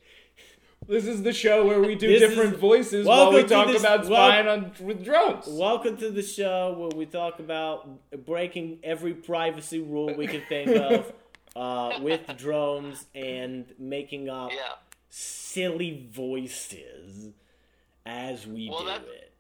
Speaker 1: This is the show where we do
Speaker 2: This
Speaker 1: different
Speaker 2: is-
Speaker 1: voices while we
Speaker 2: Welcome to
Speaker 1: talk
Speaker 2: this-
Speaker 1: about
Speaker 2: wel-
Speaker 1: spying on with drones.
Speaker 2: Welcome to the show where we talk about breaking every privacy rule we can think of uh, with drones and making up
Speaker 5: Yeah.
Speaker 2: silly voices as we
Speaker 5: Well,
Speaker 2: do
Speaker 5: that's-
Speaker 2: it.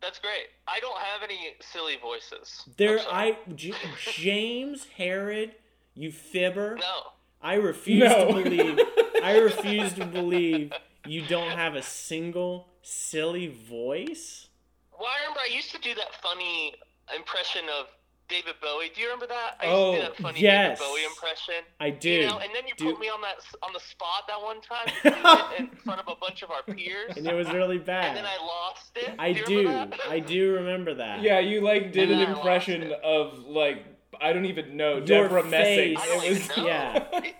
Speaker 5: That's great. I don't have any silly voices.
Speaker 2: There,
Speaker 5: I'm sorry.
Speaker 2: I J- James Herod, you fibber.
Speaker 5: No.
Speaker 2: I refuse
Speaker 1: No.
Speaker 2: to believe. I refuse to believe you don't have a single silly voice.
Speaker 5: Well, I remember I used to do that funny impression of David Bowie. Do you remember that? I
Speaker 2: Oh,
Speaker 5: used to do that funny
Speaker 2: yes.
Speaker 5: David Bowie impression.
Speaker 2: I do.
Speaker 5: You know, and then you
Speaker 2: do-
Speaker 5: put me on that s- on the spot that one time you did it in front of a bunch of our peers,
Speaker 2: and it was really
Speaker 5: and
Speaker 2: bad.
Speaker 5: then I lost it.
Speaker 2: I
Speaker 5: do. you
Speaker 2: do.
Speaker 5: remember that?
Speaker 2: I do remember that.
Speaker 1: Yeah, you like did
Speaker 5: And
Speaker 1: an
Speaker 5: I lost
Speaker 1: impression
Speaker 5: it.
Speaker 1: of like I don't even know
Speaker 2: Your
Speaker 1: Deborah Messing.
Speaker 2: face.
Speaker 5: I don't
Speaker 1: It was
Speaker 5: even know.
Speaker 2: yeah.
Speaker 5: it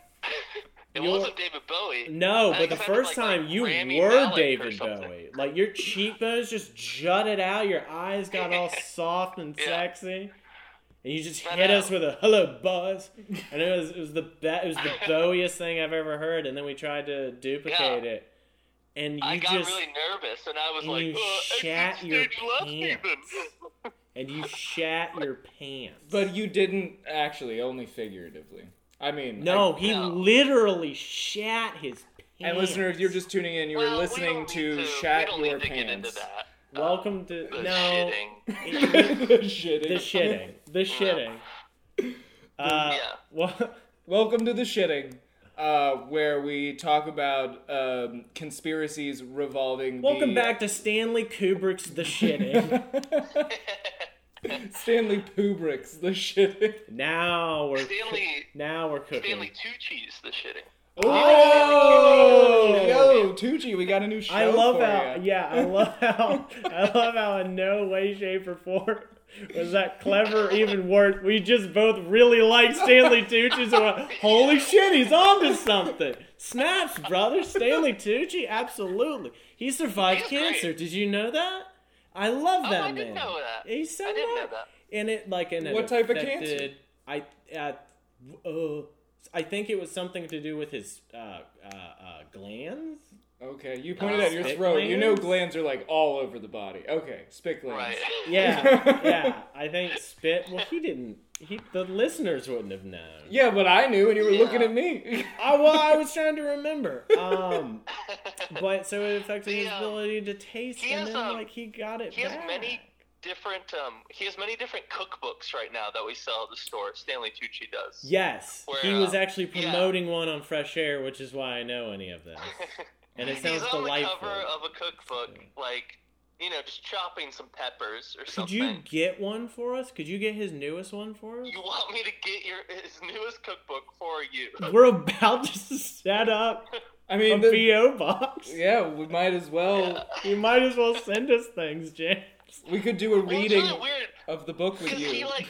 Speaker 2: You're-
Speaker 5: wasn't David Bowie.
Speaker 2: No,
Speaker 5: I
Speaker 2: but the
Speaker 5: expected,
Speaker 2: first
Speaker 5: like,
Speaker 2: time
Speaker 5: a
Speaker 2: you
Speaker 5: Grammy ballad
Speaker 2: were
Speaker 5: or
Speaker 2: David
Speaker 5: something.
Speaker 2: Bowie, like your cheekbones just jutted out, your eyes got all soft and
Speaker 5: Yeah. uh,
Speaker 2: sexy, and you just
Speaker 5: I
Speaker 2: hit
Speaker 5: know.
Speaker 2: us with a "Hello, Buzz," and it was it was the be- it was the Bowiest thing I've ever heard. And then we tried to duplicate
Speaker 5: Yeah.
Speaker 2: it, and you
Speaker 5: I got
Speaker 2: just
Speaker 5: really nervous, and I was
Speaker 2: and
Speaker 5: like,
Speaker 2: you
Speaker 5: "Uh, exit
Speaker 2: shat your
Speaker 5: stage left
Speaker 2: pants."
Speaker 5: even."
Speaker 2: and you shat your pants.
Speaker 1: But you didn't actually, only figuratively. I mean,
Speaker 2: no,
Speaker 1: I-
Speaker 2: he
Speaker 5: No.
Speaker 2: literally shat his pants.
Speaker 1: and listener, if you're just tuning in, you were
Speaker 5: Well, we
Speaker 1: listening
Speaker 5: don't
Speaker 1: to,
Speaker 5: need to
Speaker 1: Shat
Speaker 5: we don't
Speaker 1: Your
Speaker 5: need to
Speaker 1: Pants.
Speaker 5: Get into that. Uh,
Speaker 2: welcome to
Speaker 5: the
Speaker 2: no
Speaker 5: shitting.
Speaker 1: the shitting.
Speaker 2: the shitting the shitting. Uh,
Speaker 5: Yeah.
Speaker 2: Well,
Speaker 1: Welcome to the shitting, uh, where we talk about um, conspiracies revolving.
Speaker 2: welcome
Speaker 1: the...
Speaker 5: uh,
Speaker 2: back to Stanley Kubrick's The Shitting.
Speaker 1: Stanley Kubrick's The Shitting.
Speaker 2: now we're
Speaker 5: Stanley
Speaker 2: now we're cooking.
Speaker 5: Stanley Tucci's the shitting.
Speaker 1: Oh, yo, Tucci, we got a new show.
Speaker 2: I love
Speaker 1: for
Speaker 2: how
Speaker 1: ya.
Speaker 2: yeah, I love how I love how in no way, shape, or form was that clever or even worse. We just both really like Stanley Tucci, so we're like, holy shit, he's onto something. Snaps, brother, Stanley Tucci, absolutely. He survived
Speaker 5: He's great.
Speaker 2: cancer. Did you know that? I love
Speaker 5: Oh,
Speaker 2: that
Speaker 5: I
Speaker 2: man.
Speaker 5: didn't know that.
Speaker 2: He said
Speaker 5: I didn't
Speaker 2: that.
Speaker 5: know that.
Speaker 2: And it like and it
Speaker 1: What type of
Speaker 2: affected- I uh, uh, I think it was something to do with his uh, uh, uh, glands.
Speaker 1: Okay, you pointed
Speaker 5: Uh,
Speaker 1: at your
Speaker 2: spit
Speaker 1: throat. You know
Speaker 2: glands?
Speaker 1: glands are like all over the body. Okay, spit glands.
Speaker 5: Right.
Speaker 2: Yeah, yeah. I think spit. Well, he didn't. He the listeners wouldn't have known.
Speaker 1: Yeah, but I knew, and you were
Speaker 5: Yeah.
Speaker 1: looking at me.
Speaker 2: I, well, I was trying to remember. Um, but so it affected his
Speaker 5: Yeah.
Speaker 2: ability to taste,
Speaker 5: um, He
Speaker 2: and
Speaker 5: has,
Speaker 2: then
Speaker 5: um,
Speaker 2: like he got it.
Speaker 5: he has
Speaker 2: back.
Speaker 5: many Different. Um, he has many different cookbooks right now that we sell at the store. Stanley Tucci does.
Speaker 2: Yes,
Speaker 5: Where,
Speaker 2: he was
Speaker 5: uh,
Speaker 2: actually
Speaker 5: yeah.
Speaker 2: promoting one on Fresh Air, which is why I know any of this. And it sounds
Speaker 5: He's on
Speaker 2: delightful.
Speaker 5: the cover of a cookbook, like you know, just chopping some peppers or
Speaker 2: Could
Speaker 5: something.
Speaker 2: you get one for us? Could you get his newest one for us?
Speaker 5: You want me to get your his newest cookbook for you?
Speaker 2: We're about to set up
Speaker 1: I
Speaker 2: a
Speaker 1: mean, the-
Speaker 2: PO box.
Speaker 1: yeah, we might as well.
Speaker 2: You might as well send us things, James.
Speaker 1: We could do a
Speaker 5: Well, it's
Speaker 1: reading
Speaker 5: really weird
Speaker 1: of the book with
Speaker 5: because
Speaker 1: you.
Speaker 5: he like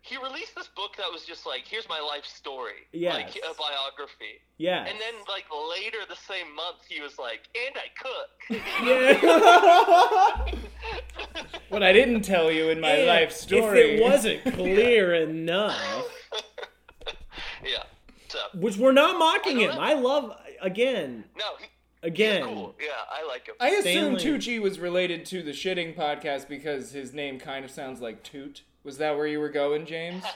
Speaker 5: he released this book that was just like here's my life story,
Speaker 2: Yes.
Speaker 5: like a biography,
Speaker 2: Yeah.
Speaker 5: and then like later the same month he was like, and I cook.
Speaker 2: Yeah.
Speaker 1: what I didn't tell you in my
Speaker 2: And
Speaker 1: life story.
Speaker 2: If it wasn't clear enough,
Speaker 5: What's up?
Speaker 2: which we're not mocking
Speaker 5: I don't
Speaker 2: him.
Speaker 5: know.
Speaker 2: I love again,
Speaker 5: No, he-
Speaker 2: again.
Speaker 5: cool. Yeah, I like him.
Speaker 1: I assume
Speaker 2: Stanley-
Speaker 1: Tucci was related to the shitting podcast because his name kind of sounds like Toot. Was that where you were going, James?
Speaker 5: yeah,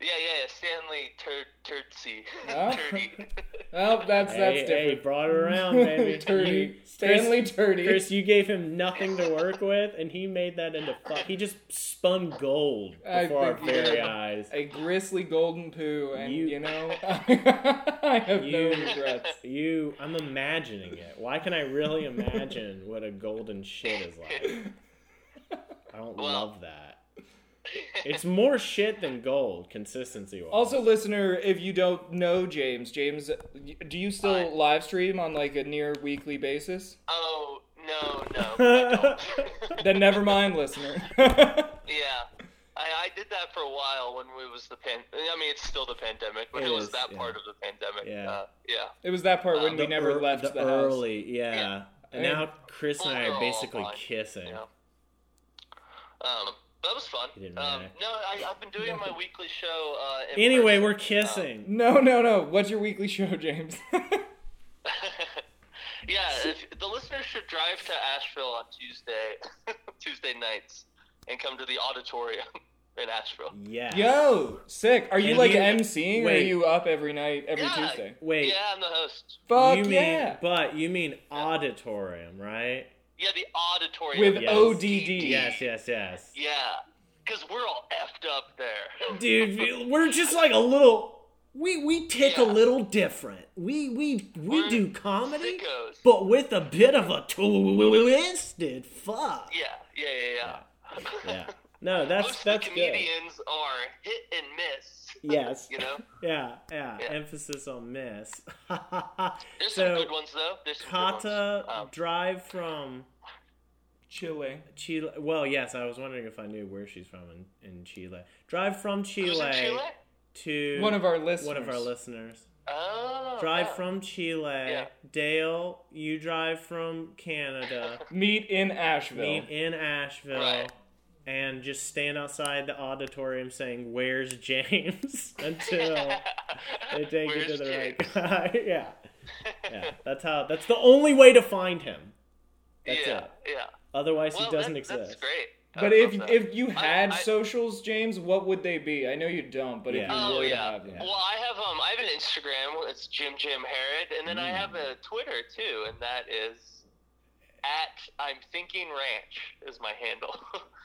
Speaker 5: yeah, yeah. Stanley Tur- Turtsy.
Speaker 1: Oh.
Speaker 5: Turdy.
Speaker 1: Well, that's that's
Speaker 2: Hey, hey,
Speaker 1: different.
Speaker 2: brought it around, baby.
Speaker 1: Turdy.
Speaker 2: You-
Speaker 1: Stanley
Speaker 2: Chris,
Speaker 1: Turdy.
Speaker 2: Chris, you gave him nothing to work with, and he made that into fuck. He just spun gold
Speaker 1: I
Speaker 2: before our
Speaker 1: think he did.
Speaker 2: very eyes.
Speaker 1: a gristly golden poo, and you,
Speaker 2: You-
Speaker 1: know, I have no
Speaker 2: You-
Speaker 1: regrets.
Speaker 2: You, I'm imagining it. Why can I really imagine what a golden shit is like? I don't
Speaker 5: Well-
Speaker 2: love that. It's more shit than gold, consistency wise.
Speaker 1: Also, listener, if you don't know James, James, do you still
Speaker 5: Hi.
Speaker 1: live stream on like a near weekly basis?
Speaker 5: oh no, no, I don't.
Speaker 1: Then never mind, listener.
Speaker 5: yeah. I, I did that for a while when it was the pan. I mean, it's still the pandemic, but
Speaker 2: It
Speaker 5: it, was
Speaker 2: is,
Speaker 5: that
Speaker 2: yeah.
Speaker 5: part of the pandemic.
Speaker 2: Yeah.
Speaker 5: Uh, yeah.
Speaker 1: it was that part when we
Speaker 2: Uh, The
Speaker 1: never
Speaker 2: ear-
Speaker 1: left the,
Speaker 2: the,
Speaker 1: house.
Speaker 2: early, yeah.
Speaker 5: Yeah.
Speaker 2: And
Speaker 1: And-
Speaker 2: now Chris and I
Speaker 5: Well,
Speaker 2: are
Speaker 5: they're all
Speaker 2: basically
Speaker 5: fine.
Speaker 2: kissing.
Speaker 5: Yeah. Um, that was fun.
Speaker 2: You didn't
Speaker 5: Um,
Speaker 2: react.
Speaker 5: no, I, I've been doing my weekly show. Uh, in
Speaker 2: Anyway,
Speaker 5: person.
Speaker 2: we're kissing.
Speaker 1: No, no, no. What's your weekly show, James?
Speaker 5: yeah, if, the listeners should drive to Asheville on Tuesday, Tuesday nights, and come to the auditorium in Asheville.
Speaker 2: Yeah.
Speaker 1: Yo, sick. Are you
Speaker 2: And
Speaker 1: like
Speaker 2: you-
Speaker 1: emceeing, or are
Speaker 2: wait.
Speaker 1: you up every night, every
Speaker 5: Yeah.
Speaker 1: Tuesday?
Speaker 2: Wait.
Speaker 5: Yeah, I'm the host.
Speaker 1: Fuck
Speaker 2: you mean,
Speaker 1: yeah.
Speaker 2: but you mean auditorium, right?
Speaker 5: Yeah, the auditorium
Speaker 1: With
Speaker 2: Yes.
Speaker 1: ODD.
Speaker 2: Yes, yes, yes.
Speaker 5: Yeah, because we're all effed up there.
Speaker 2: Dude, we're just like a little. We we tick a
Speaker 5: Yeah.
Speaker 2: little different. We we we
Speaker 5: We're
Speaker 2: do comedy,
Speaker 5: sickos.
Speaker 2: but with a bit of a twisted fuck.
Speaker 5: Yeah, yeah, yeah, yeah.
Speaker 2: Yeah. No, that's
Speaker 5: Most
Speaker 2: that's
Speaker 5: of the
Speaker 2: good.
Speaker 5: comedians are hit and miss.
Speaker 2: Yes.
Speaker 5: You know,
Speaker 2: Yeah, yeah.
Speaker 5: Yeah.
Speaker 2: Emphasis on miss.
Speaker 5: there's
Speaker 2: so
Speaker 5: some good ones though. There's some
Speaker 2: Kata
Speaker 5: good ones. Um,
Speaker 2: drive from
Speaker 1: Chile.
Speaker 2: Chile. Well, yes, I was wondering if I knew where she's from in, in Chile. Drive from Chile,
Speaker 5: who's in Chile?
Speaker 2: to
Speaker 1: One of our listeners.
Speaker 2: one of our listeners.
Speaker 5: Oh,
Speaker 2: Drive
Speaker 5: yeah.
Speaker 2: from Chile.
Speaker 5: Yeah.
Speaker 2: Dale, you drive from Canada.
Speaker 1: Meet in Asheville.
Speaker 2: meet in Asheville.
Speaker 5: Right.
Speaker 2: And just stand outside the auditorium saying, "Where's James?" until they take you to
Speaker 5: Where's
Speaker 2: the
Speaker 5: James?
Speaker 2: right guy. yeah, yeah. That's how. That's the only way to find him. That's
Speaker 5: yeah,
Speaker 2: it.
Speaker 5: yeah.
Speaker 2: Otherwise,
Speaker 5: Well,
Speaker 2: he doesn't
Speaker 5: that-
Speaker 2: exist.
Speaker 5: That's great. I
Speaker 1: But
Speaker 5: love
Speaker 1: if
Speaker 5: that.
Speaker 1: if you had
Speaker 5: I-
Speaker 1: socials, James, what would they be? I know you don't, but if
Speaker 2: Yeah.
Speaker 1: you
Speaker 5: Oh
Speaker 1: would
Speaker 5: yeah.
Speaker 1: have them.
Speaker 5: Well, I have um, I have an Instagram. It's Jim Jim Harrod, and then I have
Speaker 2: Mm.
Speaker 5: a Twitter too, and that is at I'm Thinking Ranch is my handle.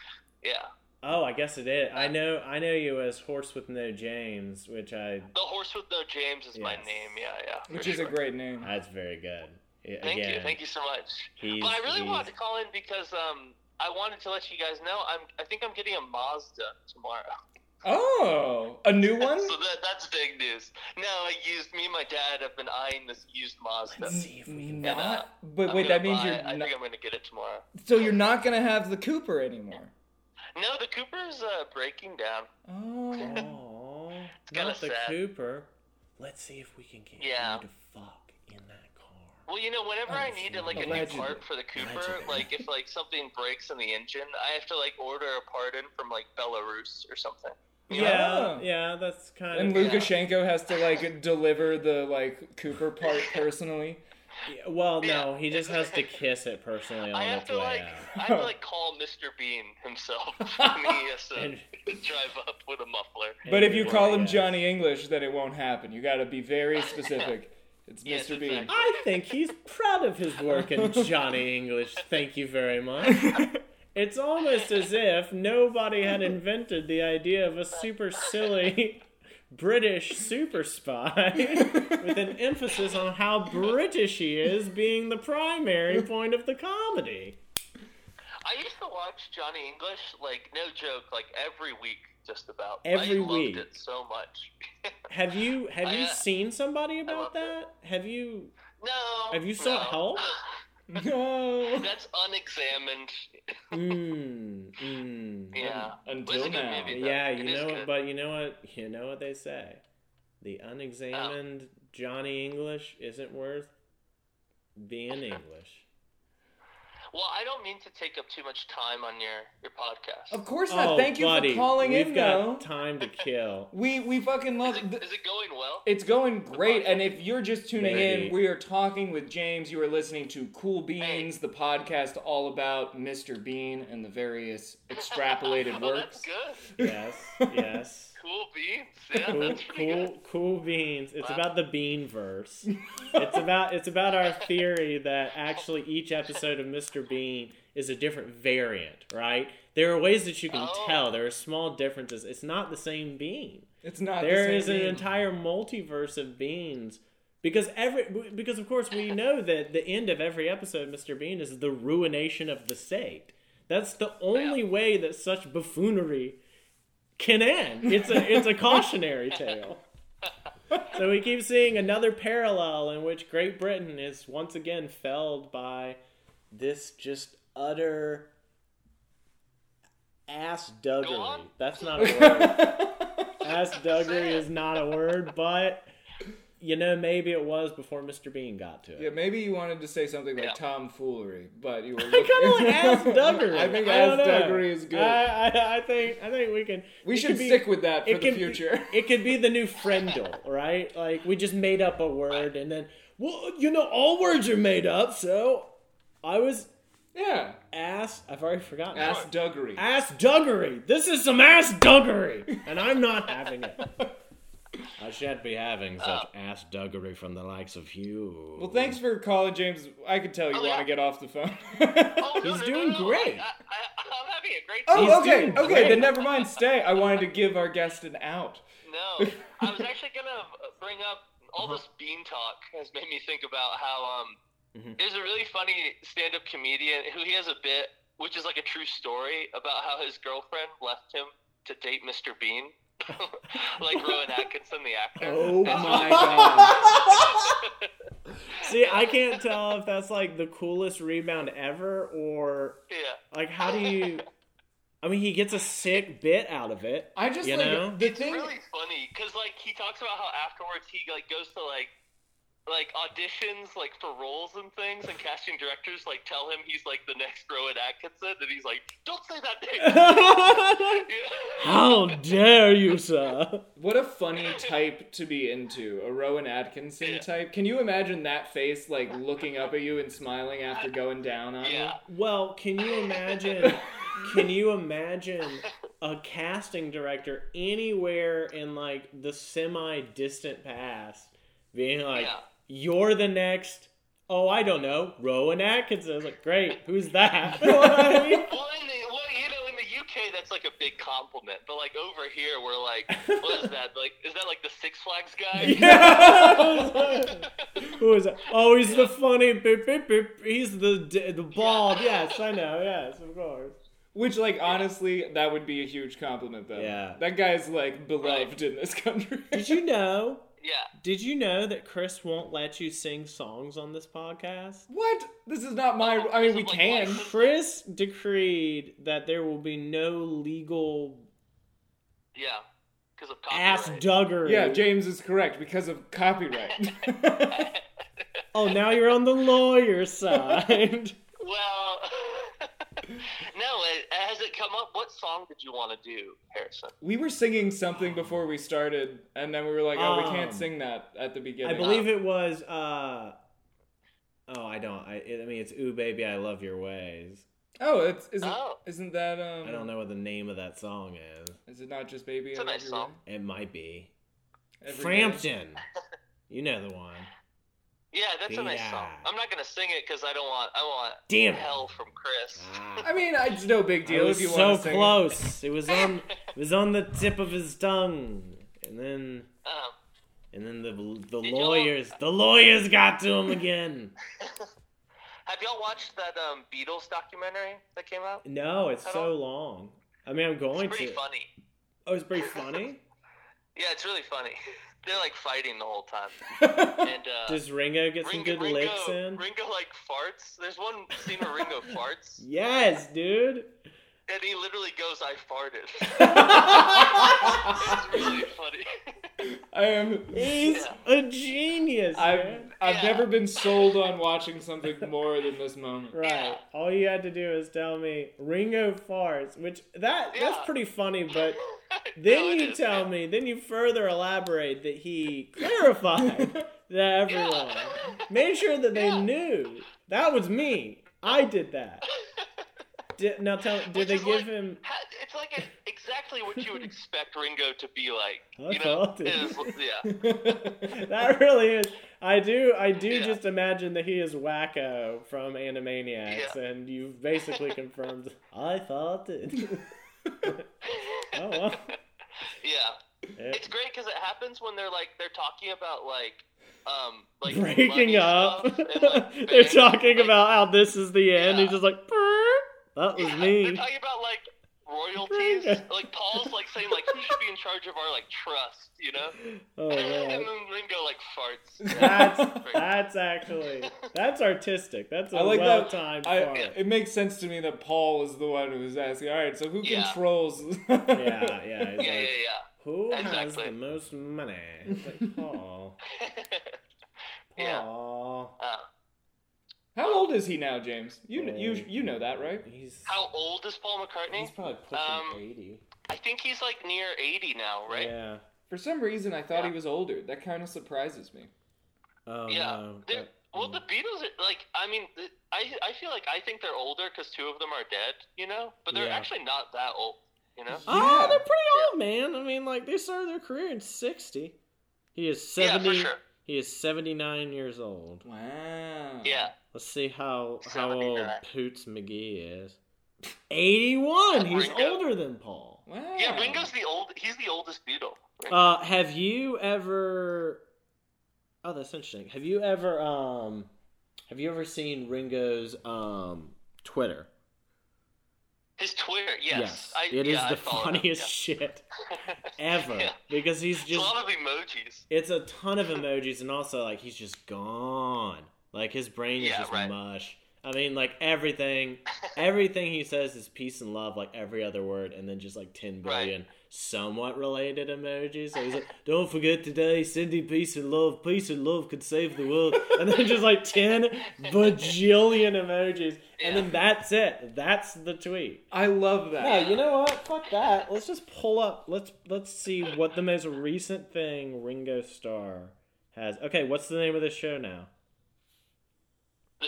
Speaker 5: yeah,
Speaker 2: Oh, I guess it is. I
Speaker 5: Uh,
Speaker 2: know. I know you as Horse with No James, which I.
Speaker 5: the horse with no James is my
Speaker 2: Yes.
Speaker 5: name. Yeah, yeah. for
Speaker 1: Which is a
Speaker 5: sure.
Speaker 1: great name.
Speaker 2: That's very good. Yeah,
Speaker 5: Thank
Speaker 2: Again,
Speaker 5: you, thank you so much.
Speaker 2: He's,
Speaker 5: But I really
Speaker 2: he's-
Speaker 5: wanted to call in because um, I wanted to let you guys know I'm I think I'm getting a Mazda tomorrow.
Speaker 1: Oh, a new one?
Speaker 5: So that, that's big news. No, I used me and my dad have been eyeing this used Mazda.
Speaker 2: Let's see if we can-
Speaker 1: not.
Speaker 5: uh,
Speaker 1: but
Speaker 5: I'm
Speaker 1: wait, that
Speaker 5: gonna
Speaker 1: means
Speaker 5: buy
Speaker 1: you're
Speaker 5: it. I
Speaker 1: not,
Speaker 5: think I'm gonna get it tomorrow.
Speaker 1: so you're not gonna have the Cooper anymore.
Speaker 5: No, the Cooper is uh, breaking down.
Speaker 1: Oh,
Speaker 2: Aw,
Speaker 5: kinda
Speaker 2: not the
Speaker 5: sad.
Speaker 2: Cooper. Let's see if we can get
Speaker 5: Yeah.
Speaker 2: you to fuck in that car.
Speaker 5: Well, you know, whenever I need like a
Speaker 1: Allegedly.
Speaker 5: new part for the Cooper,
Speaker 2: Allegedly.
Speaker 5: like if like something breaks in the engine, I have to like order a part in from like Belarus or something. You know?
Speaker 2: Yeah,
Speaker 1: Yeah.
Speaker 2: yeah, that's kind
Speaker 1: and
Speaker 2: of.
Speaker 1: Lukashenko has to like deliver the like Cooper part personally.
Speaker 2: Yeah, Well, no,
Speaker 5: Yeah.
Speaker 2: he just has to kiss it personally on
Speaker 5: I have
Speaker 2: its
Speaker 5: to
Speaker 2: way
Speaker 5: like
Speaker 2: out.
Speaker 5: I have to like call Mr. Bean himself. and he has to
Speaker 2: And-
Speaker 5: drive up with a muffler.
Speaker 1: But if you
Speaker 2: Anyway,
Speaker 1: call him
Speaker 2: yes.
Speaker 1: Johnny English, then it won't happen. You got to be very specific. It's
Speaker 5: Yes,
Speaker 1: Mr. Bean.
Speaker 5: exactly.
Speaker 2: I think he's proud of his work in Johnny English. Thank you very much. It's almost as if nobody had invented the idea of a super silly British super spy with an emphasis on how British he is being the primary point of the comedy.
Speaker 5: I used to watch Johnny English, like no joke, like every week, just about.
Speaker 2: Every
Speaker 5: I loved
Speaker 2: week.
Speaker 5: it so much.
Speaker 2: Have you have you
Speaker 5: I, uh,
Speaker 2: seen somebody
Speaker 5: love
Speaker 2: about that? Have you
Speaker 5: no.
Speaker 2: have you sought
Speaker 5: no.
Speaker 2: help?
Speaker 1: No.
Speaker 5: That's unexamined.
Speaker 2: oh, Mm, mm.
Speaker 5: Yeah.
Speaker 1: Until
Speaker 5: Well, it's a good
Speaker 1: now.
Speaker 5: movie, though.
Speaker 2: Yeah,
Speaker 5: It
Speaker 2: you
Speaker 5: is
Speaker 2: know,
Speaker 5: good.
Speaker 2: but you know what? You know what they say: the unexamined Johnny English isn't worth being English.
Speaker 5: Well, I don't mean to take up too much time on your your podcast.
Speaker 1: Of course not.
Speaker 2: Oh,
Speaker 1: Thank you
Speaker 2: buddy,
Speaker 1: for calling
Speaker 2: we've
Speaker 1: in,
Speaker 2: got
Speaker 1: though.
Speaker 2: time to kill.
Speaker 1: We we fucking love.
Speaker 5: Is it,
Speaker 1: th-
Speaker 5: is it going well?
Speaker 1: it's going great, and if you're just tuning in,
Speaker 2: Great.
Speaker 1: we are talking with James. You are listening to Cool Beans, the podcast all about Mr. Bean and the various extrapolated
Speaker 5: oh, That's
Speaker 1: works.
Speaker 5: good.
Speaker 2: Yes, yes.
Speaker 5: Cool beans. Yeah,
Speaker 2: Cool,
Speaker 5: that's pretty
Speaker 2: cool,
Speaker 5: good.
Speaker 2: cool beans. It's
Speaker 5: Wow.
Speaker 2: about the bean verse. it's about it's about our theory that actually each episode of Mr. Bean is a different variant, right? There are ways that you can
Speaker 5: Oh.
Speaker 2: tell. There are small differences. It's not the same bean.
Speaker 1: It's not.
Speaker 2: There
Speaker 1: the
Speaker 2: is
Speaker 1: same
Speaker 2: an
Speaker 1: bean.
Speaker 2: entire multiverse of beans because every because of course we know that the end of every episode mr bean is the ruination of the state that's the only way that such buffoonery can end it's a it's a cautionary tale so we keep seeing another parallel in which great britain is once again felled by this just utter ass
Speaker 5: Go
Speaker 2: duggery
Speaker 5: on.
Speaker 2: that's not a word Ass Duggery is not a word, but you know, maybe it was before Mr. Bean got to it.
Speaker 1: Yeah, maybe you wanted to say something like
Speaker 5: Yeah.
Speaker 1: tomfoolery, but you were.
Speaker 2: I kind of like ass duggery.
Speaker 1: I think
Speaker 2: don't know.
Speaker 1: ass duggery is good.
Speaker 2: I, I, I think I think we can.
Speaker 1: we
Speaker 2: it
Speaker 1: should
Speaker 2: could be-
Speaker 1: stick with that for
Speaker 2: it
Speaker 1: the
Speaker 2: can be-
Speaker 1: future.
Speaker 2: it could be the new friendle, right? Like we just made up a word, and then well, you know, all words are made up. So I was
Speaker 1: yeah,
Speaker 2: ass. I've already forgotten.
Speaker 1: ass duggery.
Speaker 2: ass duggery. This is some ass duggery, and I'm not having it. I shan't be having such ass duggery from the likes of you.
Speaker 1: Well, thanks for calling, James. I could tell you
Speaker 5: Oh,
Speaker 1: want
Speaker 5: yeah.
Speaker 1: to get off the phone.
Speaker 5: Oh, no,
Speaker 2: He's
Speaker 5: no,
Speaker 2: doing
Speaker 5: no, no.
Speaker 2: great.
Speaker 5: I, I, I'm having a great time.
Speaker 1: Oh,
Speaker 2: He's
Speaker 1: okay,
Speaker 2: doing
Speaker 1: okay.
Speaker 2: great.
Speaker 1: Then never mind. Stay. I wanted to give our guest an out.
Speaker 5: No, I was actually gonna bring up all this bean talk has made me think about how um
Speaker 2: Mm-hmm.
Speaker 5: there's a really funny stand-up comedian who he has a bit which is like a true story about how his girlfriend left him to date Mr. Bean, like Rowan Atkinson, the actor.
Speaker 2: Oh
Speaker 5: It's
Speaker 2: my
Speaker 1: god.
Speaker 2: See, I can't tell if that's like the coolest rebound ever or
Speaker 5: Yeah.
Speaker 2: like how do you I mean he gets a sick bit out of it.
Speaker 1: I just
Speaker 2: You
Speaker 1: like
Speaker 2: know?
Speaker 1: the thing.
Speaker 5: really funny because like he talks about how afterwards he like goes to like like auditions like for roles and things and casting directors like tell him he's like the next Rowan Atkinson and he's like don't say that name Yeah.
Speaker 2: How dare you, sir?
Speaker 1: What a funny type to be into. A Rowan Atkinson
Speaker 5: Yeah.
Speaker 1: type. Can you imagine that face, like looking up at you and smiling after going down on
Speaker 5: yeah
Speaker 2: Well, can you imagine can you imagine a casting director anywhere in like the semi distant past being like
Speaker 5: Yeah.
Speaker 2: you're the next oh I don't know, Rowan Atkinson. I was like, Great, who's that? You know what I mean?
Speaker 5: well, in the, well you know in the UK that's like a big compliment but like over here we're like what is that like is that like the Six Flags guy
Speaker 2: Yeah. Who is that? Oh, he's the funny. Beep, beep, beep. He's the d- the bald. Yes, I know. Yes, of course.
Speaker 1: you? Which, like, honestly, that would be a huge compliment, though.
Speaker 2: Yeah.
Speaker 1: That guy's, like, beloved in this country.
Speaker 2: Did you know?
Speaker 5: yeah
Speaker 2: Did you know that Chris won't let you sing songs on this podcast?
Speaker 1: What? This is not my. I mean, we can.
Speaker 2: Chris decreed that there will be no legal
Speaker 5: yeah because of
Speaker 2: ass
Speaker 5: copyright.
Speaker 2: duggery.
Speaker 1: Yeah, James is correct because of copyright.
Speaker 2: oh, now you're on the lawyer side.
Speaker 5: Well, no. It, has it come up? What song did you want to do, Harrison?
Speaker 1: we were singing something before we started, and then we were like, oh, we
Speaker 2: Um,
Speaker 1: can't sing that at the beginning.
Speaker 2: I believe it was. uh Oh, I don't. I, I mean, it's "Ooh, Baby, I Love Your Ways."
Speaker 1: Oh, it's isn't
Speaker 5: Oh.
Speaker 1: isn't that um?
Speaker 2: I don't know what the name of that song is.
Speaker 1: Is it not just baby?
Speaker 5: It's
Speaker 1: I
Speaker 5: a
Speaker 1: Love
Speaker 5: nice
Speaker 1: Your
Speaker 5: song.
Speaker 2: It might be
Speaker 1: Way? Every Day?
Speaker 2: Frampton. You know the one.
Speaker 5: Yeah, that's a nice song.
Speaker 2: Yeah.
Speaker 5: I'm not gonna sing it because I don't want. I want
Speaker 2: Damn it!
Speaker 5: hell from Chris.
Speaker 2: Ah,
Speaker 1: I mean, it's no big
Speaker 2: I
Speaker 1: deal
Speaker 2: was
Speaker 1: if you
Speaker 2: so
Speaker 1: want to sing. it.
Speaker 2: close. It was on. It was on the tip of his tongue, and then
Speaker 5: Um,
Speaker 2: and then the the
Speaker 5: Did y'all-
Speaker 2: lawyers the lawyers got to him again.
Speaker 5: have y'all watched that um, Beatles documentary that came out?
Speaker 2: No, it's
Speaker 5: I
Speaker 2: so
Speaker 5: don't-
Speaker 2: long. I mean, I'm going
Speaker 5: It's pretty
Speaker 2: to.
Speaker 5: funny.
Speaker 2: Oh, it's pretty funny.
Speaker 5: Yeah, it's really funny. They're like fighting the whole time. And uh,
Speaker 2: Does Ringo get some
Speaker 5: Ringo,
Speaker 2: good
Speaker 5: Ringo,
Speaker 2: licks in?
Speaker 5: Ringo like farts. There's one scene where Ringo farts.
Speaker 2: Yes, dude.
Speaker 5: and he literally goes, "I farted."
Speaker 1: I
Speaker 5: it's really funny.
Speaker 1: am.
Speaker 2: He's a genius.
Speaker 1: I've
Speaker 2: man.
Speaker 1: I've
Speaker 5: Yeah.
Speaker 1: never been sold on watching something more than this moment.
Speaker 2: Right. All you had to do is tell me Ringo farts, which that
Speaker 5: Yeah.
Speaker 2: that's pretty funny, but
Speaker 5: No,
Speaker 2: then
Speaker 5: it
Speaker 2: you
Speaker 5: is.
Speaker 2: tell me, then you further elaborate that he clarified to everyone. Made sure that they
Speaker 5: Yeah.
Speaker 2: knew. That was me. I did that. Did, now tell did
Speaker 5: Which
Speaker 2: they
Speaker 5: is
Speaker 2: give
Speaker 5: like-
Speaker 2: him
Speaker 5: Ha- It's like a, exactly what you would expect Ringo to be like.
Speaker 2: I
Speaker 5: You know,
Speaker 2: farted.
Speaker 5: it is, yeah.
Speaker 2: that really is I do I do
Speaker 5: Yeah.
Speaker 2: just imagine that he is wacko from Animaniacs and you've basically confirmed I thought it Oh well.
Speaker 5: Yeah,
Speaker 2: Yeah.
Speaker 5: it's great because it happens when they're like they're talking about like, um, like money
Speaker 2: breaking up.
Speaker 5: stuff and, like,
Speaker 2: They're
Speaker 5: bands,
Speaker 2: talking
Speaker 5: like-
Speaker 2: about how this is the end.
Speaker 5: Yeah.
Speaker 2: He's just like, "Brr, that was
Speaker 5: Yeah, They're
Speaker 2: me.
Speaker 5: talking about like royalties. like Paul's like saying like who should be in charge of our like trust, you know?
Speaker 2: Oh
Speaker 5: and
Speaker 2: man,
Speaker 5: then Ringo like farts.
Speaker 2: that's that's actually that's artistic. That's a
Speaker 1: I like that.
Speaker 2: well timed
Speaker 1: I,
Speaker 2: part.
Speaker 1: it makes sense to me that Paul is the one who was asking. All right, so who
Speaker 5: Yeah.
Speaker 1: controls?
Speaker 2: Yeah, yeah. he's
Speaker 5: Yeah,
Speaker 2: like,
Speaker 5: yeah,
Speaker 2: Who has
Speaker 5: Exactly.
Speaker 2: the most money? It's Like, Paul.
Speaker 5: yeah. yeah.
Speaker 2: Paul.
Speaker 5: Uh,
Speaker 1: How old is he now, James? You kn- you you know that, right?
Speaker 2: He's
Speaker 5: how old is Paul McCartney?
Speaker 7: He's probably pushing
Speaker 5: Um,
Speaker 7: 80.
Speaker 5: I think he's like near 80 now, right?
Speaker 2: Yeah.
Speaker 1: For some reason, I thought he
Speaker 5: Yeah.
Speaker 1: was older. That kind of surprises me.
Speaker 2: Oh
Speaker 5: Yeah,
Speaker 2: no.
Speaker 5: they're- Well,
Speaker 2: Mm.
Speaker 5: the Beatles, are, like, I mean, th- I, I feel like I think they're older because two of them are dead, you know? But they're
Speaker 2: Yeah.
Speaker 5: actually not that old, you know?
Speaker 2: Oh,
Speaker 1: Yeah.
Speaker 2: they're pretty old, man. I mean, like they started their career in sixty. He is seventy.
Speaker 5: Yeah, for sure.
Speaker 2: He is seventy nine years old. Oh.
Speaker 1: Wow.
Speaker 5: Yeah.
Speaker 2: Let's see how how
Speaker 5: 79.
Speaker 2: old Poots McGee is. Eighty one. He's
Speaker 5: Ringo.
Speaker 2: older than Paul.
Speaker 1: Wow.
Speaker 5: Yeah, Ringo's the old, he's the oldest Beatle. Ringo.
Speaker 2: Uh, have you ever? Oh, that's interesting. Have you ever um, have you ever seen Ringo's um Twitter?
Speaker 5: His Twitter, yes. I,
Speaker 2: it is
Speaker 5: yeah, I
Speaker 2: the
Speaker 5: follow him,
Speaker 2: funniest shit
Speaker 5: yeah.
Speaker 2: ever
Speaker 5: Yeah.
Speaker 2: because he's
Speaker 5: It's a
Speaker 2: just
Speaker 5: lot of emojis.
Speaker 2: It's a ton of emojis, and also like he's just gone. Like his brain is
Speaker 5: Yeah,
Speaker 2: just
Speaker 5: right.
Speaker 2: mush. I mean, like everything, everything he says is peace and love, like every other word, and then just like ten
Speaker 5: Right.
Speaker 2: billion somewhat related emojis. So he's like, "Don't forget today, sending peace and love. Peace and love could save the world." And then just like ten bajillion emojis, and then that's it. That's the tweet.
Speaker 1: I love that.
Speaker 2: No, you know what? Fuck that. Let's just pull up. Let's let's see what the most recent thing Ringo Starr has. Okay, what's the name of this show now?
Speaker 5: The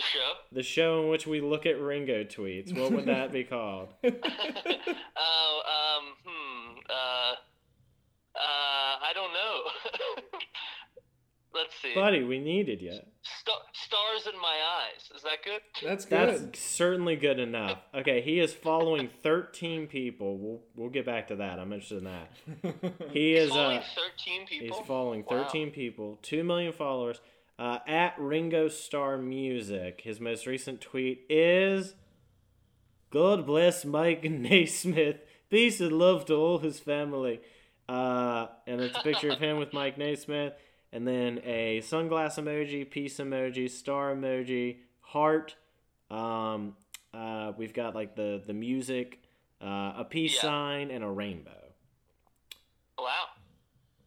Speaker 5: show?
Speaker 2: The show in which we look at Ringo tweets. What would that be called?
Speaker 5: Oh, um, hmm. Uh, uh, I don't know. Let's see.
Speaker 2: Buddy, we needed you.
Speaker 5: Star- stars in my eyes. Is that good?
Speaker 1: That's
Speaker 2: That's
Speaker 1: good.
Speaker 2: certainly good enough. Okay, he is following 13 people. We'll we'll get back to that. I'm interested in that. He is
Speaker 5: following
Speaker 2: uh,
Speaker 5: 13 people.
Speaker 2: He's following
Speaker 5: Oh, Wow.
Speaker 2: 13 people, 2 million followers. Uh, at Ringo Starr Music, his most recent tweet is God bless Mike Naismith. Peace and love to all his family. Uh, and it's a picture of him with Mike Naismith, and then a sunglass emoji, peace emoji, star emoji, heart. Um, uh, we've got like the, the music, uh, a peace
Speaker 5: Yeah.
Speaker 2: sign, and a rainbow.
Speaker 5: Wow.